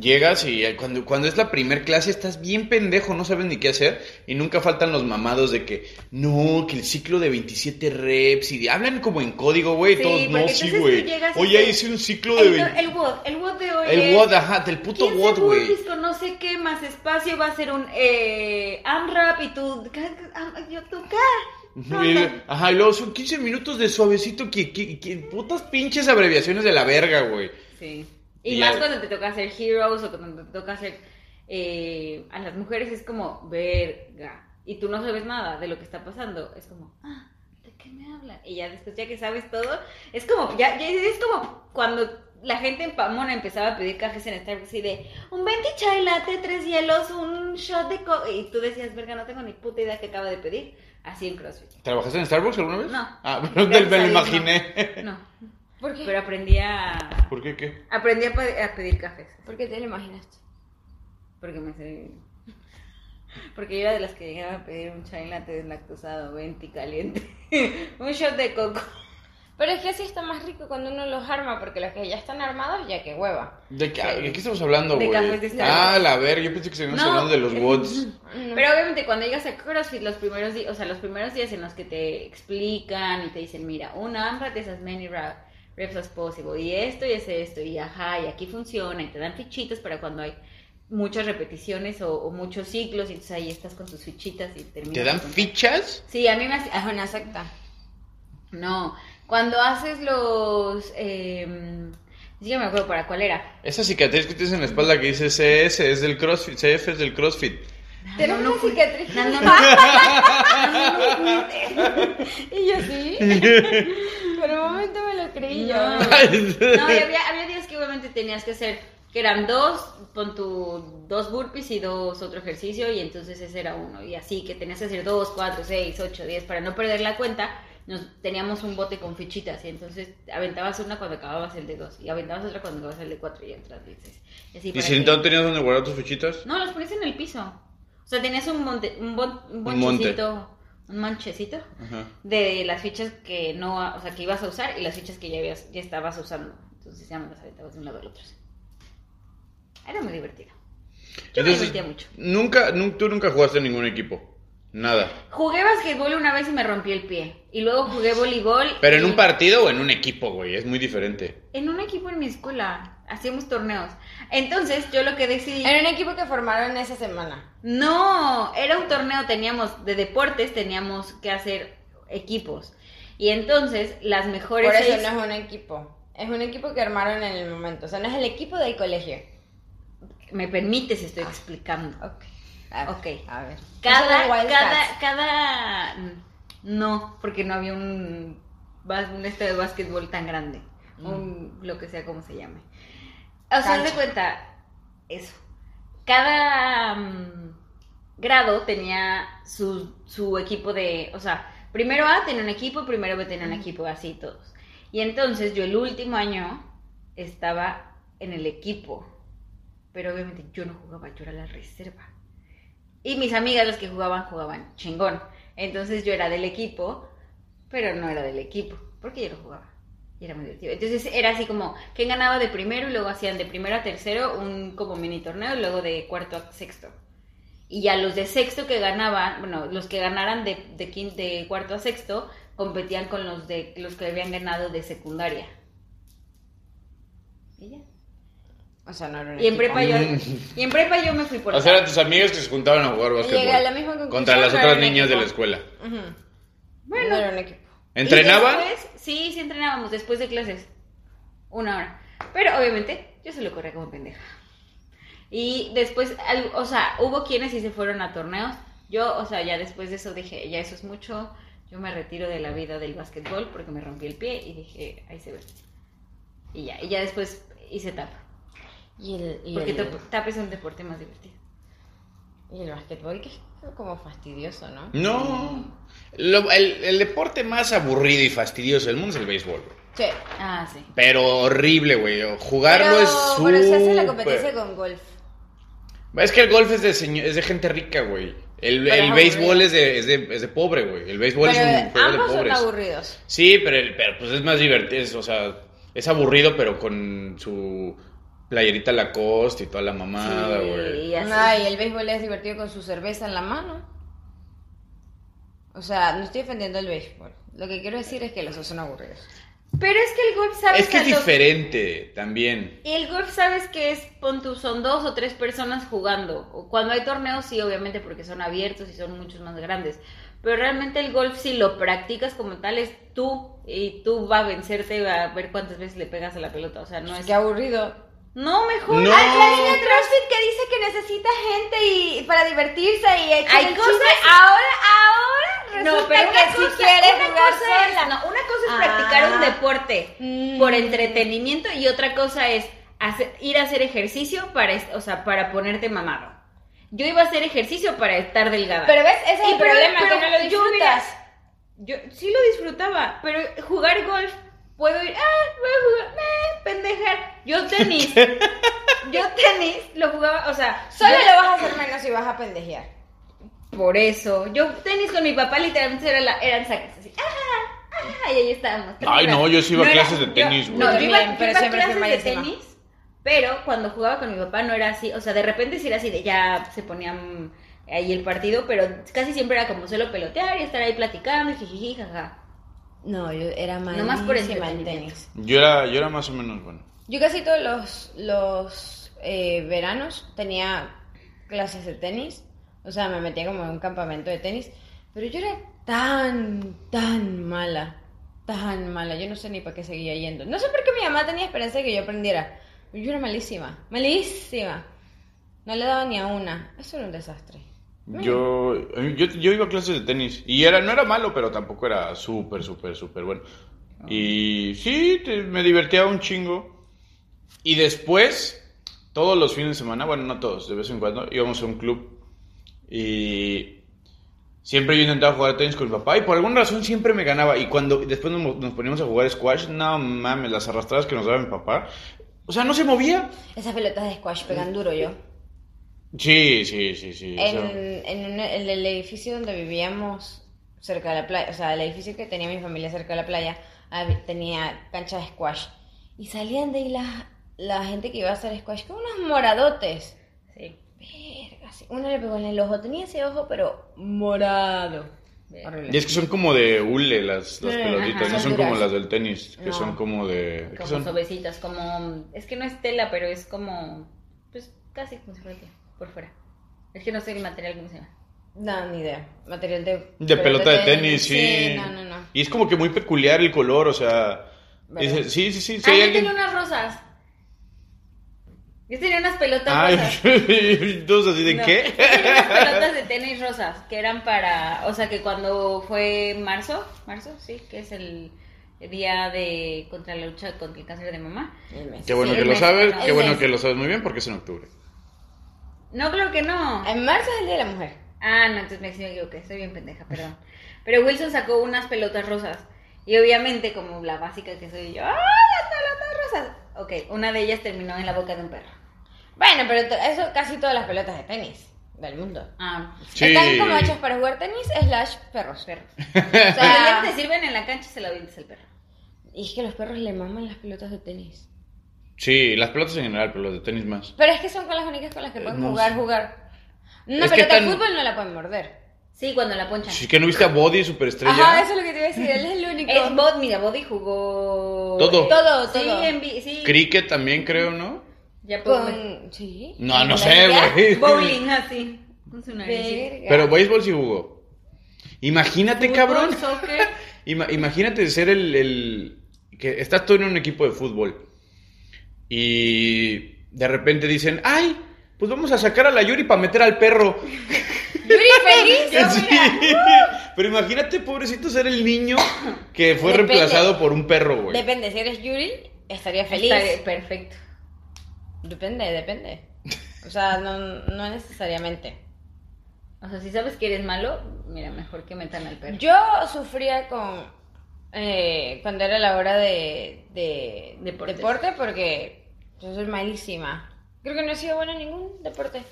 llegas y cuando, cuando es la primer clase estás bien pendejo, no sabes ni qué hacer, y nunca faltan los mamados de que, no, que el ciclo de 27 reps, y de- hablan como en código, güey,
Sí,
todos, no,
porque
sí,
entonces
güey,
tú llegas y
hoy ya
te-
hice un ciclo de...
El,
vein-
el WOD, el WOD de hoy.
El,
es-
WOD, ajá, del puto
15
WOD, güey.
burpees con no sé qué más espacio va a ser un eh, AMRAP y tú. ca- ca- am- Yo tú, ca-
Ujú,
no,
y-
no.
Ajá, y luego son 15 minutos de suavecito que, que, que putas pinches abreviaciones de la verga, güey.
Sí. Y,
Y
más
al-
cuando te toca hacer heroes o cuando te toca hacer. eh, a las mujeres es como verga. Y tú no sabes nada de lo que está pasando. Es como, ah, ¿de qué me hablan? Y ya después, ya que sabes todo, es como, ya, ya es como cuando la gente en Pamona empezaba a pedir cafés en Starbucks y de un 20 chai latte, tres hielos, un shot de co Y tú decías, verga, no tengo ni puta idea que acaba de pedir. Así en CrossFit.
¿Trabajaste en Starbucks alguna vez?
No.
Ah, pero me, me lo
Gracias a Dios, no.
imaginé.
No.
¿Por qué?
Pero aprendí a.
¿Por qué qué?
Aprendí a, pe- a pedir cafés.
¿Por qué te lo imaginaste?
Porque me sé- Porque yo era de las que llegaba a pedir un chai latte deslactosado, 20 caliente. un shot de coco.
Pero es que así está más rico cuando uno los arma, porque los que ya están armados, ya que hueva.
¿De qué, de qué estamos hablando,
De
güey?
cafés de Starbucks.
Ah, la verga, yo pensé que seguíamos
No.
hablando de los WODs.
Pero obviamente cuando llegas a CrossFit, los primeros días, o sea, los primeros días en los que te explican y te dicen, mira, una AMRAT de esas many ra- reps as possible, y esto y es esto, y ajá, y aquí funciona, y te dan fichitas para cuando hay muchas repeticiones o, o muchos ciclos, y entonces ahí estás con tus fichitas y terminas.
¿Te dan
con-
fichas?
Sí, a mí me hace-
Es una secta.
No, cuando haces los... Eh, sí que me acuerdo para cuál era.
Esa cicatriz que tienes en la espalda que dice CS es del CrossFit, CF es del CrossFit.
Tenemos una cicatriz.
No, no,
Y yo sí. Por un momento me lo creí
No,
yo.
No, y había, había días que obviamente tenías que hacer, que eran dos, con tu dos burpees y dos otro ejercicio, y entonces ese era uno. Y así que tenías que hacer dos, cuatro, seis, ocho, diez, para no perder la cuenta. Nos, teníamos un bote con fichitas y entonces aventabas una cuando acababas el de dos y aventabas otra cuando acababas el de cuatro y otras veces. Y, así
¿Y
para
si
que-
no tenías donde guardar tus fichitas?
No, los ponías en el piso. O sea, tenías un monte, un, bon- un
Un monte.
bonchecito, un manchecito
Ajá.
de las fichas que no, o sea, que ibas a usar y las fichas que ya habías, ya estabas usando. Entonces ya me las aventabas de un lado al otro. Era muy divertido. Yo me divertía mucho.
Nunca, nun- tú nunca jugaste en ningún equipo. Nada.
Jugué basquetbol una vez y me rompí el pie. Y luego jugué voleibol.
Pero en
y-
un partido o en un equipo, güey, es muy diferente.
En un equipo en mi escuela. Hacíamos torneos. Entonces yo lo que decidí.
Era un equipo que formaron esa semana.
No, era un torneo, teníamos de deportes, teníamos que hacer equipos. Y entonces las
Por
mejores...
eso
seis-
no es un equipo. Es un equipo que armaron en el momento. O sea, no es el equipo del colegio.
Me permite si estoy explicando.
Ok. A ver.
Ok.
A ver.
Cada,
Eso de Wild
cada,
Cats.
cada, mm, no, porque no había un, bas- un estadio de básquetbol tan grande,
Mm.
un, lo que sea como se llame. O sea, haz de
Cancha.
cuenta, eso. Cada mm, grado tenía su, su equipo de, o sea, primero A tenía un equipo, primero B tenía un equipo, así todos. Y entonces yo el último año estaba en el equipo, pero obviamente yo no jugaba, yo era la reserva. Y mis amigas, las que jugaban, jugaban chingón. Entonces yo era del equipo, pero no era del equipo, porque yo no jugaba. Y era muy divertido. Entonces era así como, ¿quién ganaba de primero? Y luego hacían de primero a tercero un como mini torneo, y luego de cuarto a sexto. Y ya los de sexto que ganaban, bueno, los que ganaran de, de, quin- de cuarto a sexto, competían con los, de, los que habían ganado de secundaria. Y ya.
O sea, no era un
Y en
equipo.
prepa yo,
Mm.
y en prepa yo me fui por...
O sea, eran tus amigos que se juntaban a jugar
Llegué a la misma
básquetbol.
conclusión,
Contra las
pero
otras
en
niñas de
equipo.
la escuela.
Ujú.
Bueno.
No era un equipo.
¿Entrenaban?
Y después- sí, sí entrenábamos después de clases. Una hora. Pero obviamente yo se lo corría como pendeja. Y después, al- o sea, hubo quienes sí se fueron a torneos. Yo, o sea, ya después de eso dije, ya eso es mucho. Yo me retiro de la vida del básquetbol porque me rompí el pie y dije, ahí se ve. Y ya, y ya después hice tap.
Y el, y
Porque
el,
tap, tap es un deporte más divertido.
y el basquetbol que es como fastidioso, ¿no?
Mm. No. Lo- el, el deporte más aburrido y fastidioso del mundo es el béisbol. güey.
Sí.
Ah, sí.
Pero horrible, güey. Jugarlo
pero,
es súper...
pero se hace la competencia con golf.
Es que el golf es de, seño- es de gente rica, güey. El,
Pero
el
es
béisbol
aburrido.
es de, es, de, es de pobre, güey. El béisbol
Pero
es un juego de
ambos son
pobres.
aburridos.
Sí, pero, el- pero, pues es más divertido, es, o sea, es aburrido, pero con su playerita Lacoste y toda la mamada,
Sí,
güey.
y así.
Ay, el béisbol es divertido con su cerveza en la mano. O sea, no estoy defendiendo el béisbol. Lo que quiero decir es que los dos son aburridos.
Pero es que el golf, ¿sabes?
Es que
a
es
lo-
diferente también.
Y el golf, ¿sabes que es? Pon tú, son dos o tres personas jugando. O Cuando hay torneos, sí, obviamente, porque son abiertos y son muchos más grandes. Pero realmente el golf, si lo practicas como tal, es tú y tú va a vencerte a ver cuántas veces le pegas a la pelota. O sea, no es.
Qué aburrido.
No, mejor.
No.
Ay, la
Hay
línea atrás.
CrossFit que dice que necesita gente y para divertirse y echar
Hay
el
cosas-
chisme. Ahora, ahora resulta
No, pero
que
una
si
cosa-
quieres
una
jugar
cosa es-
sola.
no, una cosa es
Ah.
practicar un deporte
Mm.
por entretenimiento y otra cosa es hacer- ir a hacer ejercicio para, es- o sea, para ponerte mamado. Yo iba a hacer ejercicio para estar delgada.
Pero ves, ese es
Y
el
pero-
problema,
pero
que no lo
yo hubiera-
disfrutas.
Yo sí lo disfrutaba, pero jugar golf, puedo ir, ah, voy a jugar, meh, pendejar. Yo tenis, yo tenis lo jugaba, o sea,
Solo
yo-
lo vas a hacer menos si vas a pendejear.
Por eso, yo tenis con mi papá literalmente era la- eran saques así, ajá, ajá, y ahí estábamos.
Ay, no, yo sí iba a clases de tenis, güey.
No, yo iba,
También,
yo
pero
iba a
siempre fui
clases de
malísima.
tenis, pero cuando jugaba con mi papá no era así, o sea, de repente sí era así, de ya se ponían ahí el partido, pero casi siempre era como solo pelotear y estar ahí platicando, y jijiji, jaja.
No, yo era más
Nomás por
en
entretenimiento.
tenis.
Yo era, yo era más o menos bueno.
Yo casi todos los, los eh, veranos tenía clases de tenis. O sea, me metía como en un campamento de tenis. Pero yo era tan, tan mala. Tan mala. Yo no sé ni para qué seguía yendo. No sé por qué mi mamá tenía esperanza de que yo aprendiera. Yo era malísima. Malísima. No le daba ni a una. Eso era un desastre.
Yo, yo, yo iba a clases de tenis. Y era, no era malo, pero tampoco era súper, súper, súper bueno. Y sí, te- me divertía un chingo. Y después, todos los fines de semana, bueno, no todos, de vez en cuando, íbamos a un club. Y siempre yo intentaba jugar tenis con mi papá. Y por alguna razón siempre me ganaba. Y cuando después nos, nos poníamos a jugar squash, no mames, las arrastradas que nos daba mi papá. O sea, no se movía.
Esas pelotas de squash pegan duro yo.
Sí, sí, sí, sí. o
En,
sea.
en un- e, en el edificio donde vivíamos cerca de la playa, o sea, el edificio que tenía mi familia cerca de la playa, hab- tenía cancha de squash. Y salían de ahí la, la gente que iba a hacer squash con unos moradotes.
Sí.
Verga, sí. Uno le pegó en el ojo, tenía ese ojo, pero morado.
Verga.
Horrible.
Y es que son como de hule las, las
Sí,
pelotitas,
ajá.
no son
Son duras.
como las del tenis, que
No.
son como de... ¿qué
Como
son?
sobecitas, como. Es que no es tela, pero es como. Pues casi como si fuera tela, por fuera. Es que no sé el material cómo se llama.
No, ni idea. Material de...
De pelota de tenis, sí.
no, no, no.
Y es como que muy peculiar el color, o sea...
¿Verdad?
es- sí, sí, sí, sí,
ah,
hay
yo
alguien-
tenía unas rosas. Yo tenía unas pelotas
Ay,
rosas.
todos así de
No,
qué.
tenía unas pelotas de tenis rosas que eran para, o sea, que cuando fue marzo, marzo, sí, que es el día de contra la lucha contra el cáncer de mamá.
El mes.
Qué bueno
Sí,
que
el
lo
mes,
sabes,
no.
qué
El
bueno
mes.
que lo sabes muy bien porque es en octubre.
No creo que no.
En marzo es el Día de la Mujer.
Ah, no, entonces me, sí me equivoqué, estoy bien pendeja, perdón. Pero Wilson sacó unas pelotas rosas. Y obviamente, como la básica que soy yo, ¡ah, las pelotas rosas! Ok, una de ellas terminó en la boca de un perro.
Bueno, pero to- eso casi todas las pelotas de tenis del mundo.
Ah,
Sí.
Están como hechas para jugar tenis slash perros.
perros.
O
O
Ah.
sea,
sea,
te sirven en la cancha y se la avientas al perro.
y es que los perros le maman las pelotas de tenis.
Sí, las pelotas en general, pero las de tenis más.
Pero es que son con las únicas con las que pueden
No
jugar,
sé.
jugar. Una
Es
pelota
que
de
están-
fútbol no la pueden morder.
Sí, cuando la ponchan.
Sí, que no viste a Body
Ajá,
Superestrella.
eso es lo que te iba a decir, él es el único.
Es Bod, mira, Body jugó.
Todo.
Todo,
Sí,
todo.
en vi- sí.
Cricket también creo, ¿no?
Ya puedo ver.
Con... Sí.
No, no
¿La
sé,
NBA?
güey.
Bowling, así. Con su nariz.
Verga.
Pero béisbol sí jugó. Imagínate,
Fútbol,
Este cabrón.
soccer.
Ima- imagínate ser el, el- que estás tú en un equipo de fútbol y de repente dicen, "Ay, pues vamos a sacar a la Yuri para meter al perro."
Yuri feliz. yo,
Sí.
mira.
Pero imagínate, pobrecito, ser el niño que fue
Depende.
reemplazado por un perro, güey.
Depende, si eres Yuri, estaría feliz.
Está perfecto.
Depende, depende. O sea, no, no necesariamente.
O sea, si sabes que eres malo, mira, mejor que metan al perro.
Yo sufría con eh, cuando era la hora de, de
Deportes.
deporte porque yo soy malísima. Creo que no he sido buena en ningún deporte.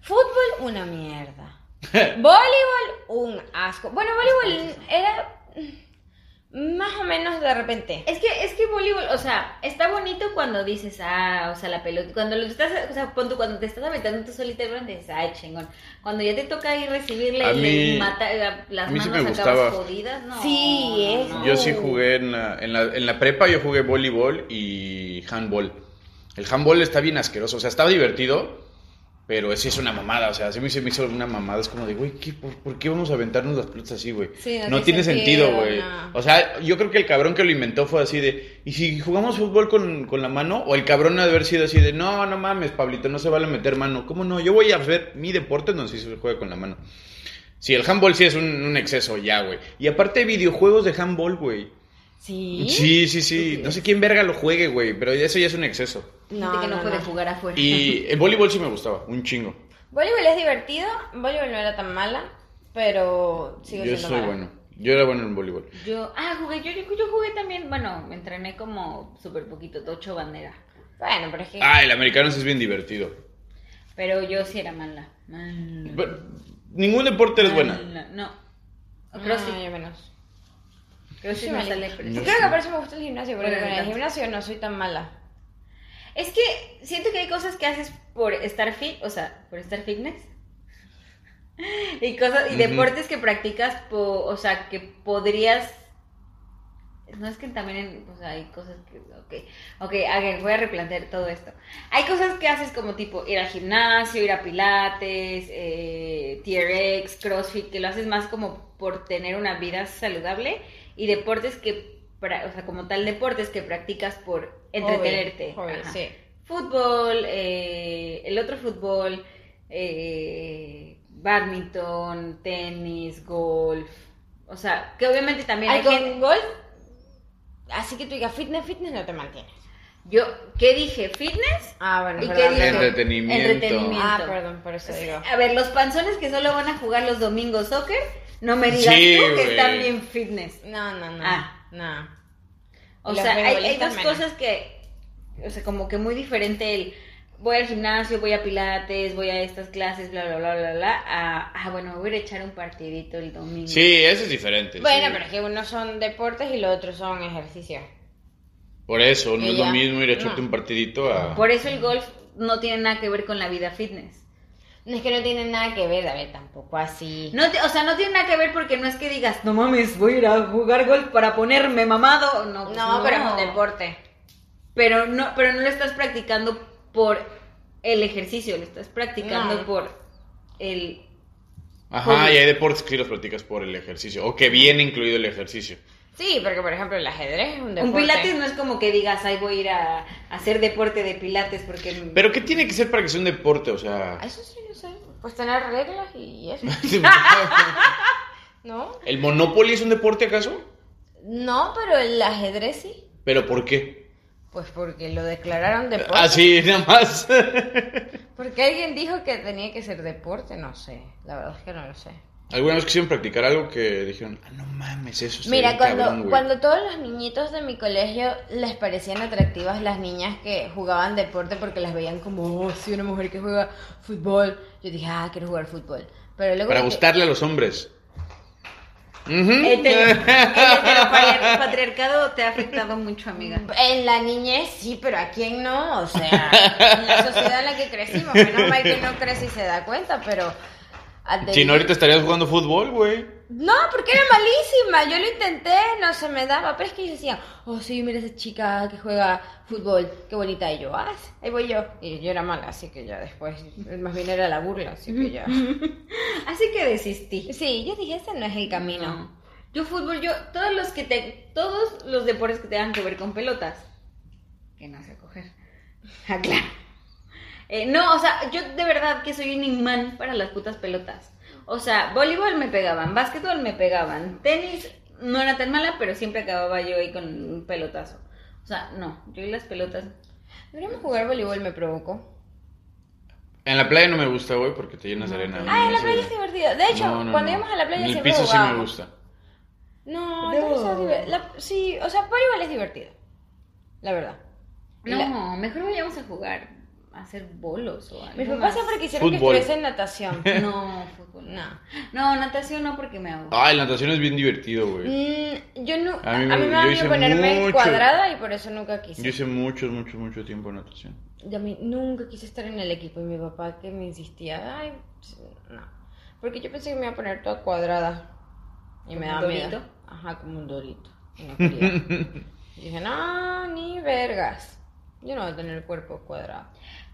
Fútbol, una mierda. voleibol, un asco. Bueno, voleibol era mm, más o menos de repente.
Es que, es que voleibol, o sea, está bonito cuando dices, ah, o sea, la pelota, cuando lo estás, o sea, pon tú, cuando te estás aventando tú solita, el balón, dices, ay, chingón. Cuando ya te toca ir recibirle
A
y
mí-
le mata, la- las
a mí sí me
manos
gustaba.
acabas jodidas, no.
Sí,
no,
es-
no.
Yo sí jugué en la, en la- en la prepa, yo jugué voleibol y handball. El handball está bien asqueroso, o sea, estaba divertido, pero sí es una mamada, o sea, sí me, hizo- me hizo una mamada, es como de, güey, ¿qué- por, por qué vamos a aventarnos las pelotas así, güey?
Sí, no
no
tiene
tiene sentido,
sentido,
güey.
no.
O sea, yo creo que el cabrón que lo inventó fue así de, ¿y si jugamos fútbol con, con la mano? O el cabrón ha de haber sido así de, no, no mames, Pablito, no se vale meter mano. ¿Cómo no? Yo voy a ver mi deporte donde sí se juega con la mano. Sí, el handball sí es un, un exceso ya, güey. Y aparte videojuegos de handball, güey.
Sí.
Sí, sí, sí. No sé quién verga lo juegue, güey, pero eso ya es un exceso.
Gente que no, puede jugar afuera.
Y el voleibol sí me gustaba, un chingo.
Voleibol es divertido. Voleibol no era tan mala, pero sigo
Yo
siendo
soy
mala.
bueno. Yo era bueno en voleibol.
Yo, ah, jugué, yo, yo, yo jugué también, bueno, me entrené como súper poquito, tocho bandera.
Bueno, pero es que
Ah, el americano sí es bien divertido.
Pero yo sí era mala. mala,
Pero ningún
Ah,
deporte eres buena.
mala, No.
no,
Creo sí.
yo menos.
Creo sí
Sí,
me
vale.
sale.
No
Creo que
sé.
por eso me gusta el gimnasio, porque
Bueno,
con el
tanto.
gimnasio no soy tan mala.
Es que siento que hay cosas que haces por estar fit, o sea, por estar fitness. Y cosas, y
Ujú.
deportes que practicas, po- o sea, que podrías. No es que también, o sea, hay cosas que. Ok, ok, again, voy a replantear todo esto. Hay cosas que haces como tipo ir al gimnasio, ir a pilates, eh, TRX, CrossFit, que lo haces más como por tener una vida saludable. Y deportes que. pra- O sea, como tal, deportes que practicas por entretenerte.
Hobby, hobby,
Ajá
sí.
fútbol, eh, el otro fútbol, eh, badminton, tenis, golf. O sea, que obviamente también
Ay,
hay
con
gente-
golf, así que tú digas fitness, fitness no te mantienes.
Yo, ¿qué dije? ¿Fitness?
Ah, bueno,
¿Y
perdón,
qué dije?
perdón.
Entretenimiento.
Entretenimiento.
Ah, perdón, por eso digo.
A ver, los panzones que solo van a jugar los domingos soccer, no me digas
Sí,
tú que
güey.
están bien fitness.
No, no, no.
Ah.
No.
O
Los
sea, hay, hay
beisbolistas
dos
menos.
cosas que, o sea, como que muy diferente el voy al gimnasio, voy a pilates, voy a estas clases, bla, bla, bla, bla, bla, a, ah, bueno, me voy a ir a echar un partidito el domingo.
Sí, eso es diferente.
Bueno,
sí.
pero es que unos son deportes y los otros son ejercicios.
Por eso, no
Y
es lo
ya.
mismo ir a echarte
No.
un partidito a...
Por eso el golf no tiene nada que ver con la vida fitness.
No es que no tienen nada que ver, a ver, tampoco así.
No te- o sea, no tiene nada que ver porque no es que digas, no mames, voy a ir a jugar golf para ponerme mamado. No, pues
No, pero es un deporte.
Pero no, pero no lo estás practicando por el ejercicio, lo estás practicando
No.
por el...
Ajá,
Hobby.
y hay deportes que sí los practicas por el ejercicio. O que viene incluido el ejercicio.
Sí, porque por ejemplo el ajedrez es un deporte.
Un pilates no es como que digas, ay, voy a ir a, a hacer deporte de pilates porque...
Pero ¿qué tiene que ser para que sea un deporte? O sea...
Ah, Eso sí, no sé. Pues tener reglas y eso. ¿No?
¿El Monopoly es un deporte acaso?
No, pero el ajedrez sí.
¿Pero por qué?
Pues porque lo declararon deporte.
Así, nada más.
Porque alguien dijo que tenía que ser deporte, no sé. La verdad es que no lo sé.
¿Alguna vez quisieron practicar algo que dijeron, ah, no mames, eso está
Mira,
bien
cuando,
cabrón, güey"?
cuando todos los niñitos de mi colegio les parecían atractivas las niñas que jugaban deporte porque las veían como, oh, sí, una mujer que juega fútbol. Yo dije, ah, quiero jugar fútbol. Pero luego...
Para
dije,
gustarle a los hombres. Ujú.
El, tele- el heteropatriarcado te ha afectado mucho, amiga.
En la niñez sí, pero ¿a quién no? O sea, en la sociedad en la que crecimos. Menos mal que no crece y se da cuenta, pero... ante-
Si no, ahorita estarías jugando fútbol, güey.
No, porque era malísima. Yo lo intenté, no se me daba. Pero es que ellos decían, oh, sí, mira esa chica que juega fútbol, qué bonita. Y yo, ah, ahí voy yo. Y yo era mala, así que ya después, más bien era la burla, así que ya.
Así que desistí.
Sí, yo dije, ese no es el camino.
No. Yo fútbol, yo todos los que te todos los deportes que tengan que ver con pelotas. Que no sé coger. Ah, claro. Eh, no, o sea, yo de verdad que soy un imán para las putas pelotas. O sea, voleibol me pegaban, básquetbol me pegaban, tenis no era tan mala, pero siempre acababa yo ahí con un pelotazo. O sea, no, yo y las pelotas.
Deberíamos jugar voleibol, me provocó.
En la playa no me gusta, güey, porque te llenas de arena. güey,
Ah, en la
eso-
playa es divertido. De hecho,
No, no,
cuando
no.
íbamos a la playa
En el
siempre
piso sí me
jugábamos.
gusta.
No,
Debo-
no, eso es diver- la- sí, o sea, voleibol es divertido. La verdad.
No,
La-
mejor vayamos a jugar, a hacer bolos o algo.
Mis
más.
papás siempre quisieron
Fútbol.
que estuviese en natación.
No, fútbol. No.
No.
No, natación no porque me hago.
Ay, la natación es bien divertido, güey.
Mm, yo no,
A
a mí,
mí me-
me
yo
da
hice
miedo ponerme
mucho.
cuadrada y por eso nunca
Yo
quise.
hice mucho, mucho, mucho tiempo en natación.
Y a mí nunca quise estar en el equipo y mi papá que me insistía, ay, pues, no. Porque yo pensé que me iba a poner toda cuadrada y me
¿Como
da
un dorito?
miedo. Ajá, como un dorito. Y no quería. Y dije, no, ni vergas. Yo no voy a tener el cuerpo cuadrado.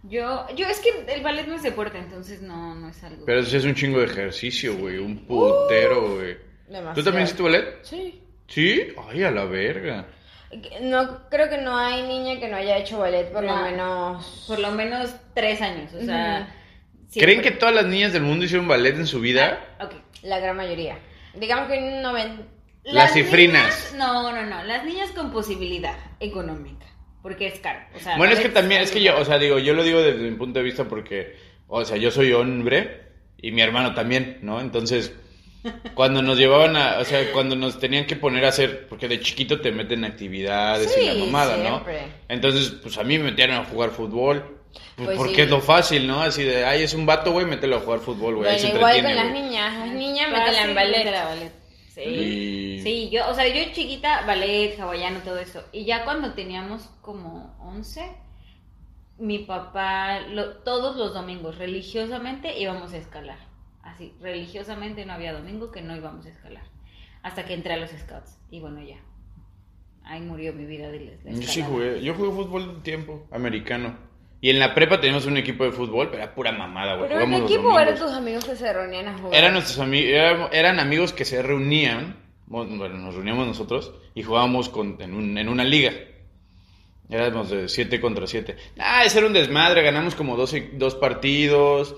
Yo, yo es que el ballet no es deporte, entonces no, no es algo.
Pero eso sí es un chingo de ejercicio, güey. Un putero, güey.
Uh, Demasiado.
¿Tú también hiciste ballet?
Sí.
Sí. Ay, a la verga.
No, creo que no hay niña que no haya hecho ballet por
No.
lo menos.
Por lo menos tres años, o sea.
¿Creen que todas las niñas del mundo hicieron ballet en su vida?
que.? Ok.
La gran mayoría. Digamos que un 90.
Las cifrinas.
niñas- no, no, no. Las niñas con posibilidad económica. Porque es caro. O sea,
Bueno, es
a
que
veces-
también, es que yo, o sea, digo, yo lo digo desde mi punto de vista porque, o sea, yo soy hombre y mi hermano también, ¿no? Entonces, cuando nos llevaban a, o sea, cuando nos tenían que poner a hacer, porque de chiquito te meten actividades y la
Sí,
mamada,
siempre.
¿no? Entonces, pues a mí me metieron a jugar fútbol. Pues,
Pues
porque
sí.
es lo fácil, ¿no? Así de, ay, es un vato, güey, mételo a jugar fútbol, güey. ahí
Bueno,
se
igual con
entretiene,
las
güey.
niñas. Las niñas
Fácil,
métela en
métela a
ballet.
ballet. Sí.
Y-
Sí, yo, o sea, yo chiquita, ballet, hawaiano, todo eso. Y ya cuando teníamos como 11, mi papá, lo- todos los domingos, religiosamente íbamos a escalar. Así, religiosamente no había domingo que no íbamos a escalar. Hasta que entré a los scouts. Y bueno, ya. Ahí murió mi vida de la
Yo sí
escalada.
jugué, yo jugué fútbol un tiempo, americano. Y en la prepa teníamos un equipo de fútbol, pero era pura mamada, güey.
Pero en
Jugábamos los
equipo eran
domingos.
tus amigos que se reunían a jugar.
Eran nuestros amigos, eran amigos que se reunían, bueno, nos reuníamos nosotros y jugábamos con- en, un- en una liga. Éramos de 7 contra 7. Ah, ese era un desmadre, ganamos como dos, e- dos partidos.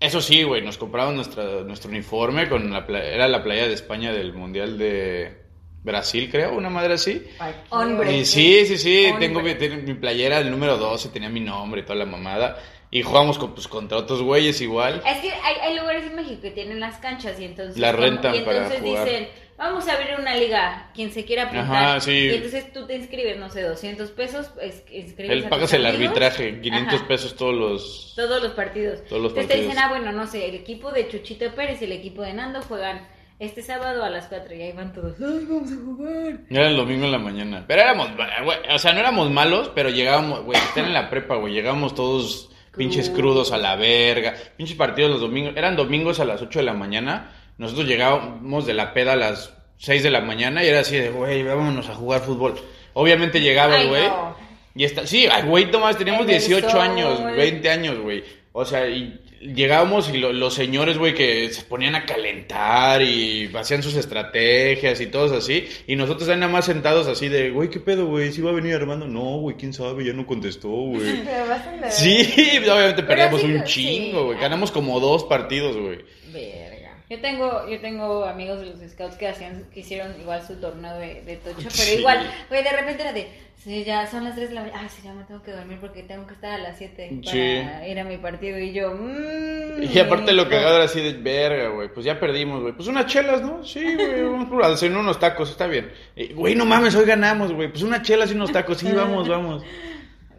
Eso sí, güey, nos compraban nuestra, nuestro uniforme, con la, pla- era la playa de España del Mundial de Brasil, creo, una madre así.
Hombre.
Y sí, sí, sí,
Hombre.
tengo mi, ten- mi playera, el número 12, tenía mi nombre y toda la mamada. Y jugamos con, pues, contra otros güeyes igual.
Es que hay, hay lugares en México que tienen las canchas y entonces
Las
como-
rentan
y entonces
para jugar.
dicen, vamos a abrir una liga, quien se quiera apuntar.
Ajá, sí.
Y entonces tú te inscribes, no sé, 200 pesos, es- inscribes
Él
a
pagas
tus
el
amigos.
arbitraje, 500
Ajá,
pesos todos los...
Todos los partidos.
Todos los
entonces
partidos.
te dicen, ah, bueno, no sé, el equipo de Chuchito Pérez y el equipo de Nando juegan este sábado a las 4 y ahí van todos, ay, vamos a jugar.
Era el domingo en la mañana. Pero éramos, güey, o sea, no éramos malos, pero llegábamos, güey, estar en la prepa, güey, llegábamos todos pinches crudos a la verga. Pinches partidos los domingos, eran domingos a las 8 de la mañana. Nosotros llegábamos de la peda a las 6 de la mañana y era así de, güey, vámonos a jugar fútbol. Obviamente llegaba el
Ay,
güey.
no.
Y está, sí, ay, güey, nomás teníamos
En el
18 años,
sol.
20 años, güey. O sea, y Llegábamos y lo- los señores, güey, que se ponían a calentar y hacían sus estrategias y todos así. Y nosotros ahí nada más sentados así de, güey, ¿qué pedo, güey? ¿Sí va a venir Armando? No, güey, quién sabe, ya no contestó, güey.
Pero bastante.
Sí, obviamente perdíamos
sí,
un
sí.
chingo, güey. Ganamos como dos partidos, güey.
Verga.
Yo tengo, yo tengo amigos de los scouts que hacían, que hicieron igual su torneo de, de tocho,
Sí.
pero igual, güey, de repente era de, sí, ya son las 3 de la mañana, ay, sí, ya me tengo que dormir porque tengo que estar a las 7 para
Sí.
ir a mi partido, y yo, mmm.
Y aparte lo
hijo.
cagado era así de verga, güey. Pues ya perdimos, güey. Pues unas chelas, ¿no? Sí, güey. Vamos por- a hacer unos tacos, está bien. Eh, Güey, no mames, hoy ganamos, güey. Pues unas chelas y unos tacos. Sí, vamos, vamos.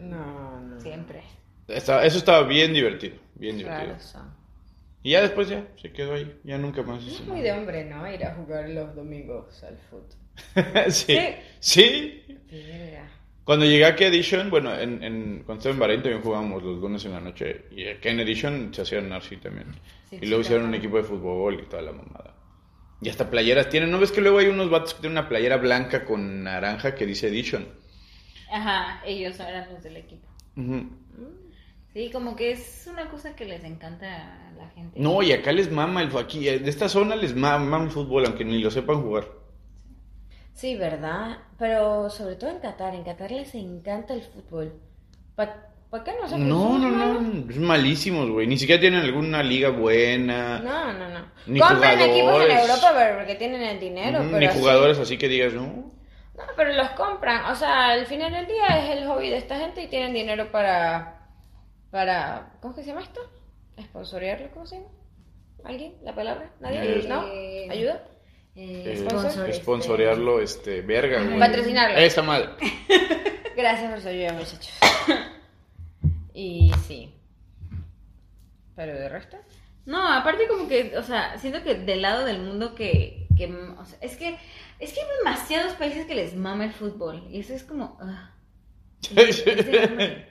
No, no.
Siempre.
Está- eso estaba bien divertido, bien divertido.
Raros son.
Y ya después ya, se quedó ahí. Ya nunca más.
No
hizo
es muy de hombre, ¿no? Ir a jugar los domingos al fútbol.
nada. sí. Sí.
Verga.
Cuando llegué aquí a Edition, bueno, en, en, cuando estaba en Bahrein también jugábamos los lunes en la noche. Y aquí en Edition se hacían así también.
Sí,
y luego
sí,
hicieron un
claro.
equipo de fútbol y toda la mamada. Y hasta playeras tienen. ¿No ves que luego hay unos vatos que tienen una playera blanca con naranja que dice Edition?
Ajá, ellos eran los del equipo.
Ujú.
Sí, como que es una cosa que les encanta a la gente.
No, y acá les mama el fu- aquí eh, De esta zona les mama el fútbol, aunque ni lo sepan jugar.
Sí, ¿verdad? Pero sobre todo en Qatar. En Qatar les encanta el fútbol. ¿Para qué no? O sea, que
No,
son
no,
malos.
no. Es malísimos, güey. Ni siquiera tienen alguna liga buena.
No, no, no.
Ni
compran equipos en
jugadores.
Europa pero porque tienen el dinero.
Ujú,
pero
Ni
así-
jugadores así que digas, no.
No, pero los compran. O sea, al final del día es el hobby de esta gente y tienen dinero para. para ¿Cómo es que se llama esto? ¿Esponsorearlo? ¿Cómo se llama? ¿Alguien? ¿La palabra? ¿Nadie?
Eh,
¿No? ¿Ayuda?
Eh,
Eh,
sponsor, este,
sponsorearlo, este, verga, güey.
Patrocinarlo.
Esta madre.
Gracias por su ayuda, muchachos. Y sí. Pero de resto.
No, aparte como que, o sea, siento que del lado del mundo que, que o sea, es que es que hay demasiados países que les mama el fútbol y eso es como ah. Es de hambre.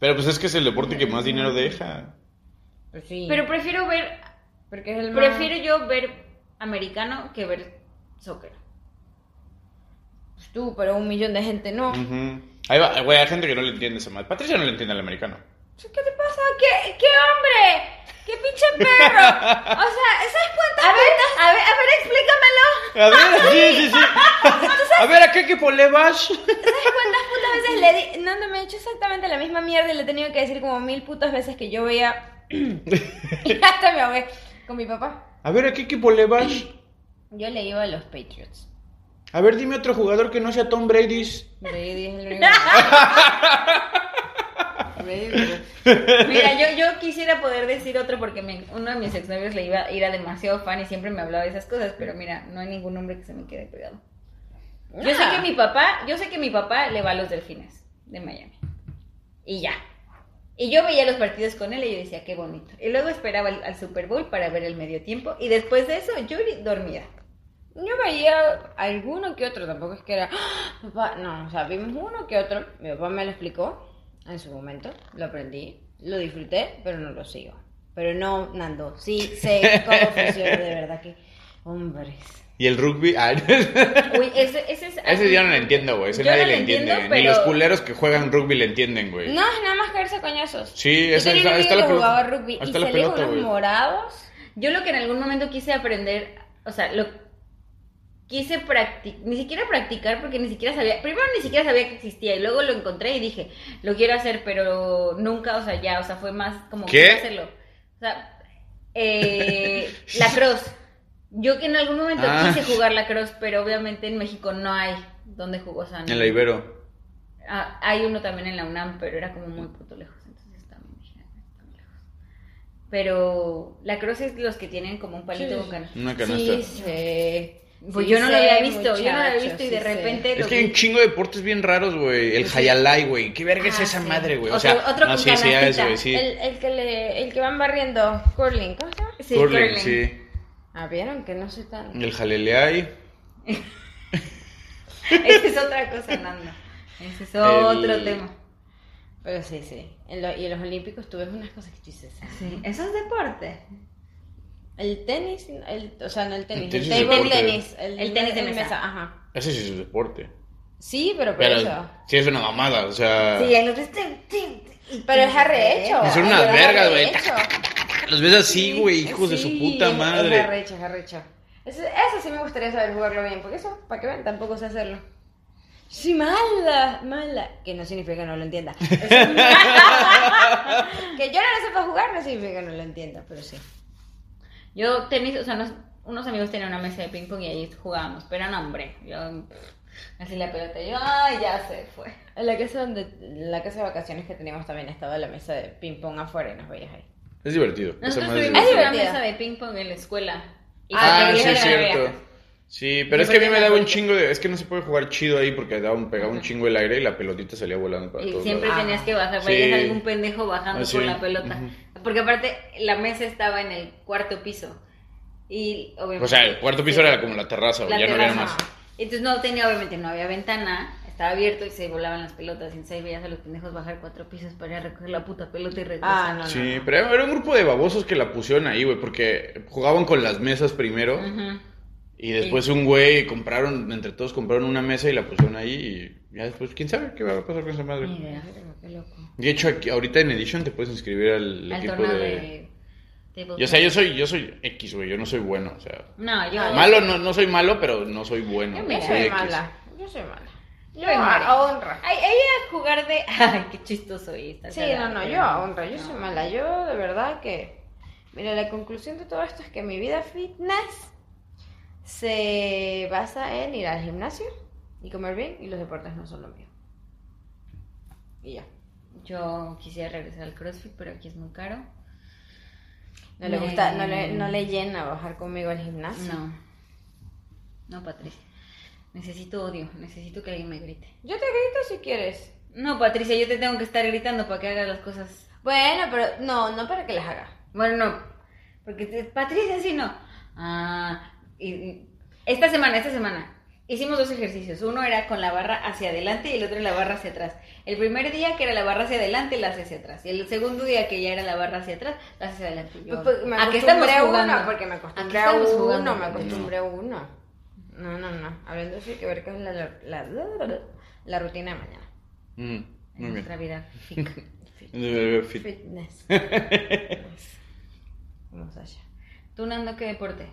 Pero pues es que es el deporte que más dinero deja.
Pues sí.
Pero prefiero ver
porque es el más-
prefiero yo ver americano que ver soccer.
Pues Tú, pero un millón de gente no.
Ujú. Ahí va, güey, hay gente que no le entiende esa madre. Patricia no le entiende al americano.
¿Qué te pasa? ¿Qué, qué hombre? ¿Qué pinche perro? O sea, ¿sabes cuántas vueltas? A ver, a ver, explícamelo.
A ver, sí, sí, sí. A ver, ¿a qué equipo le vas?
¿Cuántas veces le di? No, no, me he hecho exactamente la misma mierda y le he tenido que decir como mil putas veces que yo veía. y hasta me ahogué con mi papá.
A ver, ¿a qué equipo le vas?
Yo le iba a los Patriots.
A ver, dime otro jugador que no sea Tom Brady.
Brady es el único. Brady, pero-
Mira, yo, yo quisiera poder decir otro porque mi- uno de mis exnovios le iba era demasiado fan y siempre me hablaba de esas cosas, pero mira, no hay ningún nombre que se me quede pegado. Yo sé
Ah.
Ah.
que mi papá, yo sé que mi papá le va a los delfines de Miami. Y ya. Y yo veía los partidos con él y yo decía, qué bonito. Y luego esperaba al, al Super Bowl para ver el medio tiempo. Y después de eso, yo ri- dormida.
Yo veía alguno que otro, tampoco es que era, "Ah, papá, no, o sea, vimos uno que otro, mi papá me lo explicó en su momento, lo aprendí, lo disfruté, pero no lo sigo. Pero no, Nando, sí sé cómo
pues,
funciona, de verdad que, hombres.
¿Y el rugby? Ah,
Uy, ese, ese es...
ese yo no lo entiendo, güey. Ese
Yo
nadie
no
le
lo
entiende.
entiendo,
Ni
pero-
los culeros que juegan rugby le entienden, güey.
No, es nada más caerse a coñazos.
Sí,
Yo
esa-
tenía un
ahí está
amigo
la
que
pelota.
jugaba rugby
Ahí
y
está la
salía
pelota,
con unos
güey. Ah,
morados.
Yo lo que en algún momento quise aprender, o sea, lo quise practicar, ni siquiera practicar porque ni siquiera sabía, primero ni siquiera sabía que existía y luego lo encontré y dije, lo quiero hacer, pero nunca, o sea, ya, o sea, fue más como
¿Qué?
quiero hacerlo. O sea, eh, la cross. Yo que en algún momento
Ah.
quise jugar la cross, pero obviamente en México no hay donde jugó, o sea, no-
En la Ibero.
Ah, hay uno también en la UNAM, pero era como muy puto lejos, entonces también dije, "Ay, está muy lejos. Pero la cross es los que tienen como un palito
Sí.
con cana.
Una canasta.
Sí, sé.
Pues
Sí
yo no lo
sé,
había visto, yo no lo había
muchachos,
visto y
sí
de
sé.
repente
Es
lo
que hay un
vi.
chingo de deportes bien raros, güey. El hayalay, güey. ¿Qué verga es
Ah,
esa
sí.
madre, güey? O
Otro-
sea,
otro
no,
con
sí, sí, ya es,
canastita.
güey, sí.
El, el que le, el que van barriendo, curling, ¿cómo se llama?
Sí,
Curling,
curling.
sí.
Ah, vieron que no soy tan...
El jaleleay.
Esa es otra cosa, Nando. Ese es otro
El-
tema.
Pero sí, sí. En lo- y en los Olímpicos tú ves unas cosas que tú dices. "Ah".
Sí, eso es deporte.
El tenis, el, o sea, no el tenis,
El
el,
tenis es
table
deporte.
tenis. El,
El tenis de
el
mesa.
Ajá.
Ese sí es un deporte.
Sí, pero por
Pero
eso.
sí es una mamada, o sea.
Sí, el otro es... tim, tim, tim.
Pero es arrecho.
Son unas
pero es
vergas, güey.
arrecho.
Los ves así, güey, hijos de
sí,
su puta
es- Es
madre.
arrecho, es arrecho. Eso, eso sí me gustaría saber jugarlo bien, porque eso, para que vean, tampoco sé hacerlo. Sí, mala, mala. Que no significa que no lo entienda. Eso es mala. que yo no lo sepa jugar no significa que no lo entienda, pero sí.
Yo tenis, o sea, nos- unos amigos tenían una mesa de ping pong y ahí jugábamos, pero no, hombre, yo pff, así la pelota, yo, ay, ya se fue.
En la casa, donde, en la casa de vacaciones que teníamos también estaba la mesa de ping-pong afuera y nos veías ahí.
Es divertido. esa
Nosotros
madre es
tuvimos
divertida.
una
divertido.
mesa de ping pong en la escuela. Y
Ah,
Ah,
también
sí,
en
es
la
cierto.
recreo.
Sí, pero es que a mí me daba un chingo de. Es que no se puede jugar chido ahí porque daba un, pegaba un chingo el aire y la pelotita salía volando para
Y
todos
siempre
lados.
tenías que bajar,
Ah. Sí.
veías algún pendejo bajando
Ah, sí.
por la pelota. Porque aparte, la mesa estaba en el cuarto piso. Y obviamente.
O sea, el cuarto piso
Sí.
era como la terraza,
La
ya no
terraza.
había más.
Entonces no tenía, obviamente, no había ventana, estaba abierto y se volaban las pelotas. Y entonces ahí veías a los pendejos bajar cuatro pisos para ir a recoger la puta pelota y regresar.
Ah, no, no.
Sí, pero era- era un grupo de babosos que la pusieron ahí, güey, porque jugaban con las mesas primero
Ujú.
y después un güey compraron, entre todos compraron una mesa y la pusieron ahí y ya después, quién sabe qué va a pasar con esa madre.
Ni idea.
Verga, qué loco.
De hecho, aquí, ahorita en Edition te puedes inscribir al
Al
equipo
torneo
de...
de. table
Yo, o sea, yo
tennis.
soy, yo soy X, güey, yo no soy bueno, o sea...
No, yo.
Malo, no, no soy malo, pero no soy bueno.
Yo
no
me
Yo
Mira,
soy
soy
X.
mala. Yo soy mala. Yo
Soy mala.
a honra.
Ay, ella jugar de. Ay, qué chistoso y está
Sí,
cagado,
no, no,
pero
yo a honra, yo
no.
soy mala, yo de verdad que... Mira, la conclusión de todo esto es que mi vida fitness se basa en ir al gimnasio y comer bien y los deportes no son lo mío. Y ya.
Yo quisiera regresar al CrossFit, pero aquí es muy caro.
No le
Me-
gusta, no le, no le llena bajar conmigo al gimnasio.
No. No, Patricia. Necesito odio, necesito que alguien me grite.
Yo te grito si quieres.
No, Patricia, yo te tengo que estar gritando para que hagas las cosas.
Bueno, pero no, no para que las haga.
Bueno, no. Porque te- Patricia sí no. Ah, y- y- esta semana, esta semana. Hicimos dos ejercicios. Uno era con la barra hacia adelante y el otro la barra hacia atrás. El primer día que era la barra hacia adelante, la hace hacia atrás. Y el segundo día que ya era la barra hacia atrás, la hace hacia adelante. Y yo,
Pues, pues, me
¿a qué
acostumbré a
jugando?
uno, porque me
¿A qué
acostumbré a
estamos
uno,
jugando?
me acostumbré a uno. No, no, no. Hablando así, que ver qué es la, la, la- la rutina de mañana.
Mm,
En
muy bien.
nuestra vida. fic.
Eh, fit.
Fitness. Vamos allá.
¿Tú, Nando, qué deporte?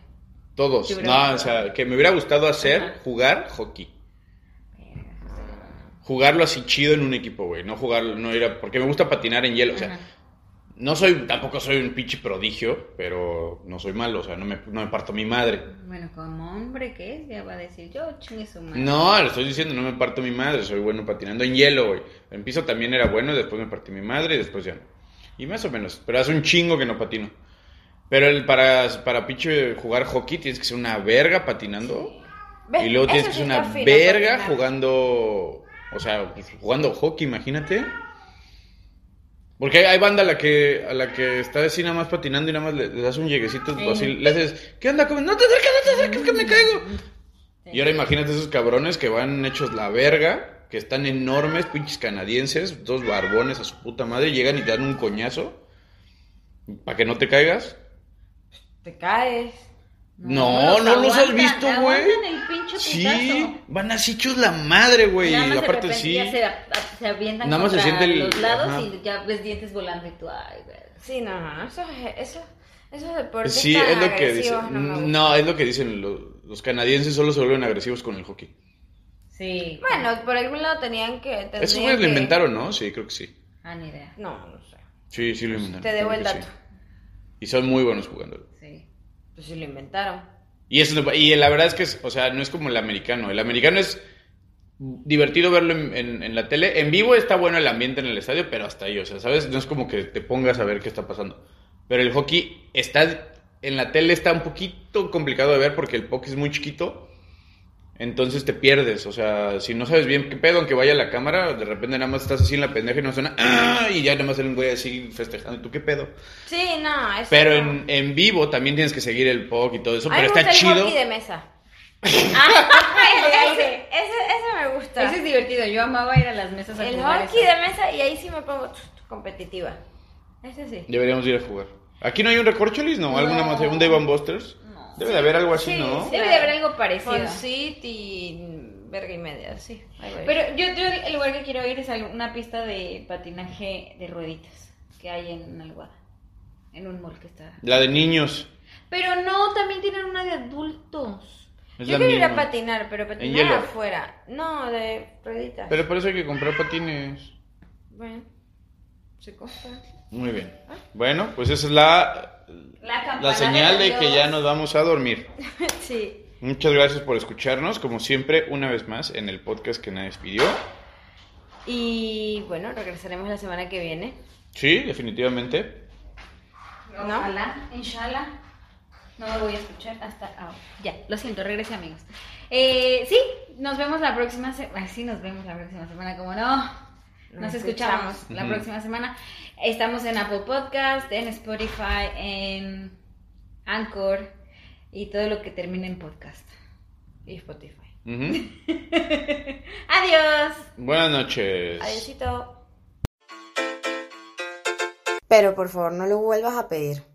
Todos.
Te hubiera
No,
gustado.
o sea, que me hubiera gustado hacer,
Ajá.
jugar hockey. Jugarlo así chido en un equipo, güey. No jugarlo, no ir a... Porque me gusta patinar en hielo, o sea...
Ajá.
No soy, tampoco soy un pinche prodigio, pero no soy malo, o sea, no me, no me parto mi madre.
Bueno, como hombre que es, ya va a decir yo, chingue su madre.
No, lo estoy diciendo, no me parto mi madre, soy bueno patinando en hielo, güey. En piso también era bueno, después me partí mi madre y después ya no. Y más o menos, pero hace un chingo que no patino. Pero el para, para pinche jugar hockey tienes que ser una verga patinando.
¿Ves?
Y luego tienes
Eso
que
sí
ser una
está fino,
verga
patinar.
jugando, o sea, pues, jugando hockey, imagínate. Porque hay, hay banda a la que a la que está así nada más patinando y nada más le, le das un lleguecito,
Ey.
así le haces, ¿qué onda? ¿Cómo? No te acerques, no te acerques, que me caigo.
Sí.
Y ahora imagínate esos cabrones que van hechos la verga, que están enormes, pinches canadienses, dos barbones a su puta madre, llegan y te dan un coñazo para que no te caigas.
Te caes.
No, no,
los
los has
aguantan,
visto, güey.
aguantan el pinche
Sí,
putazo.
van así hechos la madre, güey.
Nada
Y
más de
aparte
repente
sí.
ya se, a- se avientan
Nada más se
contra
siente el-
los lados
ajá.
y ya ves dientes volando y tú, ay, verga.
Sí, no, no, no. Esos, esos, esos deportes
Sí,
tan
es lo que
agresivos
dicen.
no me
No,
gustan.
es lo que dicen los, los canadienses, solo se vuelven agresivos con el hockey.
Sí.
Bueno, por algún lado tenían que... Tendrían
Esos güeyes lo
Pues que-
inventaron, ¿no? Sí, creo que sí.
Ah, ni idea.
No, no sé.
Sí, sí lo inventaron.
Te debo
creo
el
que sí.
dato.
Y son muy buenos jugándolo.
Sí.
Pues sí lo inventaron.
Y, eso, no- y la verdad es que, es- o sea, no es como el americano. El americano es divertido verlo en, en- en la tele. En vivo está bueno el ambiente en el estadio, pero hasta ahí, o sea, ¿sabes? No es como que te pongas a ver qué está pasando. Pero el hockey está, en la tele está un poquito complicado de ver porque el puck es muy chiquito. Entonces te pierdes, o sea, si no sabes bien qué pedo, aunque vaya la cámara, de repente nada más estás así en la pendeja y no suena, ¡ah! y ya nada más sale un güey así festejando, ¿y tú qué pedo?
Sí, no, eso
Pero
no.
en, en vivo también tienes que seguir el puck y todo eso,
A mí
pero
me
está
gusta el
chido.
hockey de mesa. Ah,
Ese-
ese, ese, ese me gusta.
Ese es divertido. Yo amaba ir a las mesas a
el
jugar
hockey
eso.
de mesa y ahí sí me pongo tss, tss, competitiva. Ese sí.
Deberíamos ir a jugar. ¿Aquí no hay un Recorcholis? No, alguna más. ¿Un Dave and Busters? Debe de haber algo así, ¿no?
sí. Debe de haber algo parecido.
Con City, verga y media, sí. Ahí voy.
Pero yo, yo el lugar que quiero ir es a una pista de patinaje de rueditas que hay en Alguada. en un mall que está.
La de niños.
Pero no, también tienen una de adultos.
Es
Yo
la
quiero ir a
misma.
patinar, pero patinar
hielo.
afuera. No, de rueditas.
Pero por eso hay que comprar patines.
Bueno, se compra.
Muy bien. Bueno, pues esa es la,
La,
la
campana
señal de
adiós.
que ya nos vamos a dormir.
sí.
Muchas gracias por escucharnos, como siempre, una vez más en el podcast que nadie pidió.
Y bueno, regresaremos la semana que viene.
Sí, definitivamente.
¿No?
Ojalá, inshallah. No lo voy a escuchar hasta ahora. Ya, lo siento, regrese amigos. Eh, sí, nos vemos la próxima semana. Sí, nos vemos la próxima semana, como no. Nos,
Nos
escuchamos,
escuchamos.
la
Ujú.
próxima semana. Estamos en Apple Podcast, en Spotify, en Anchor y todo lo que termine en podcast.
Y Spotify.
Ujú.
Adiós.
Buenas noches.
Adiósito. Pero por favor, no lo vuelvas a pedir.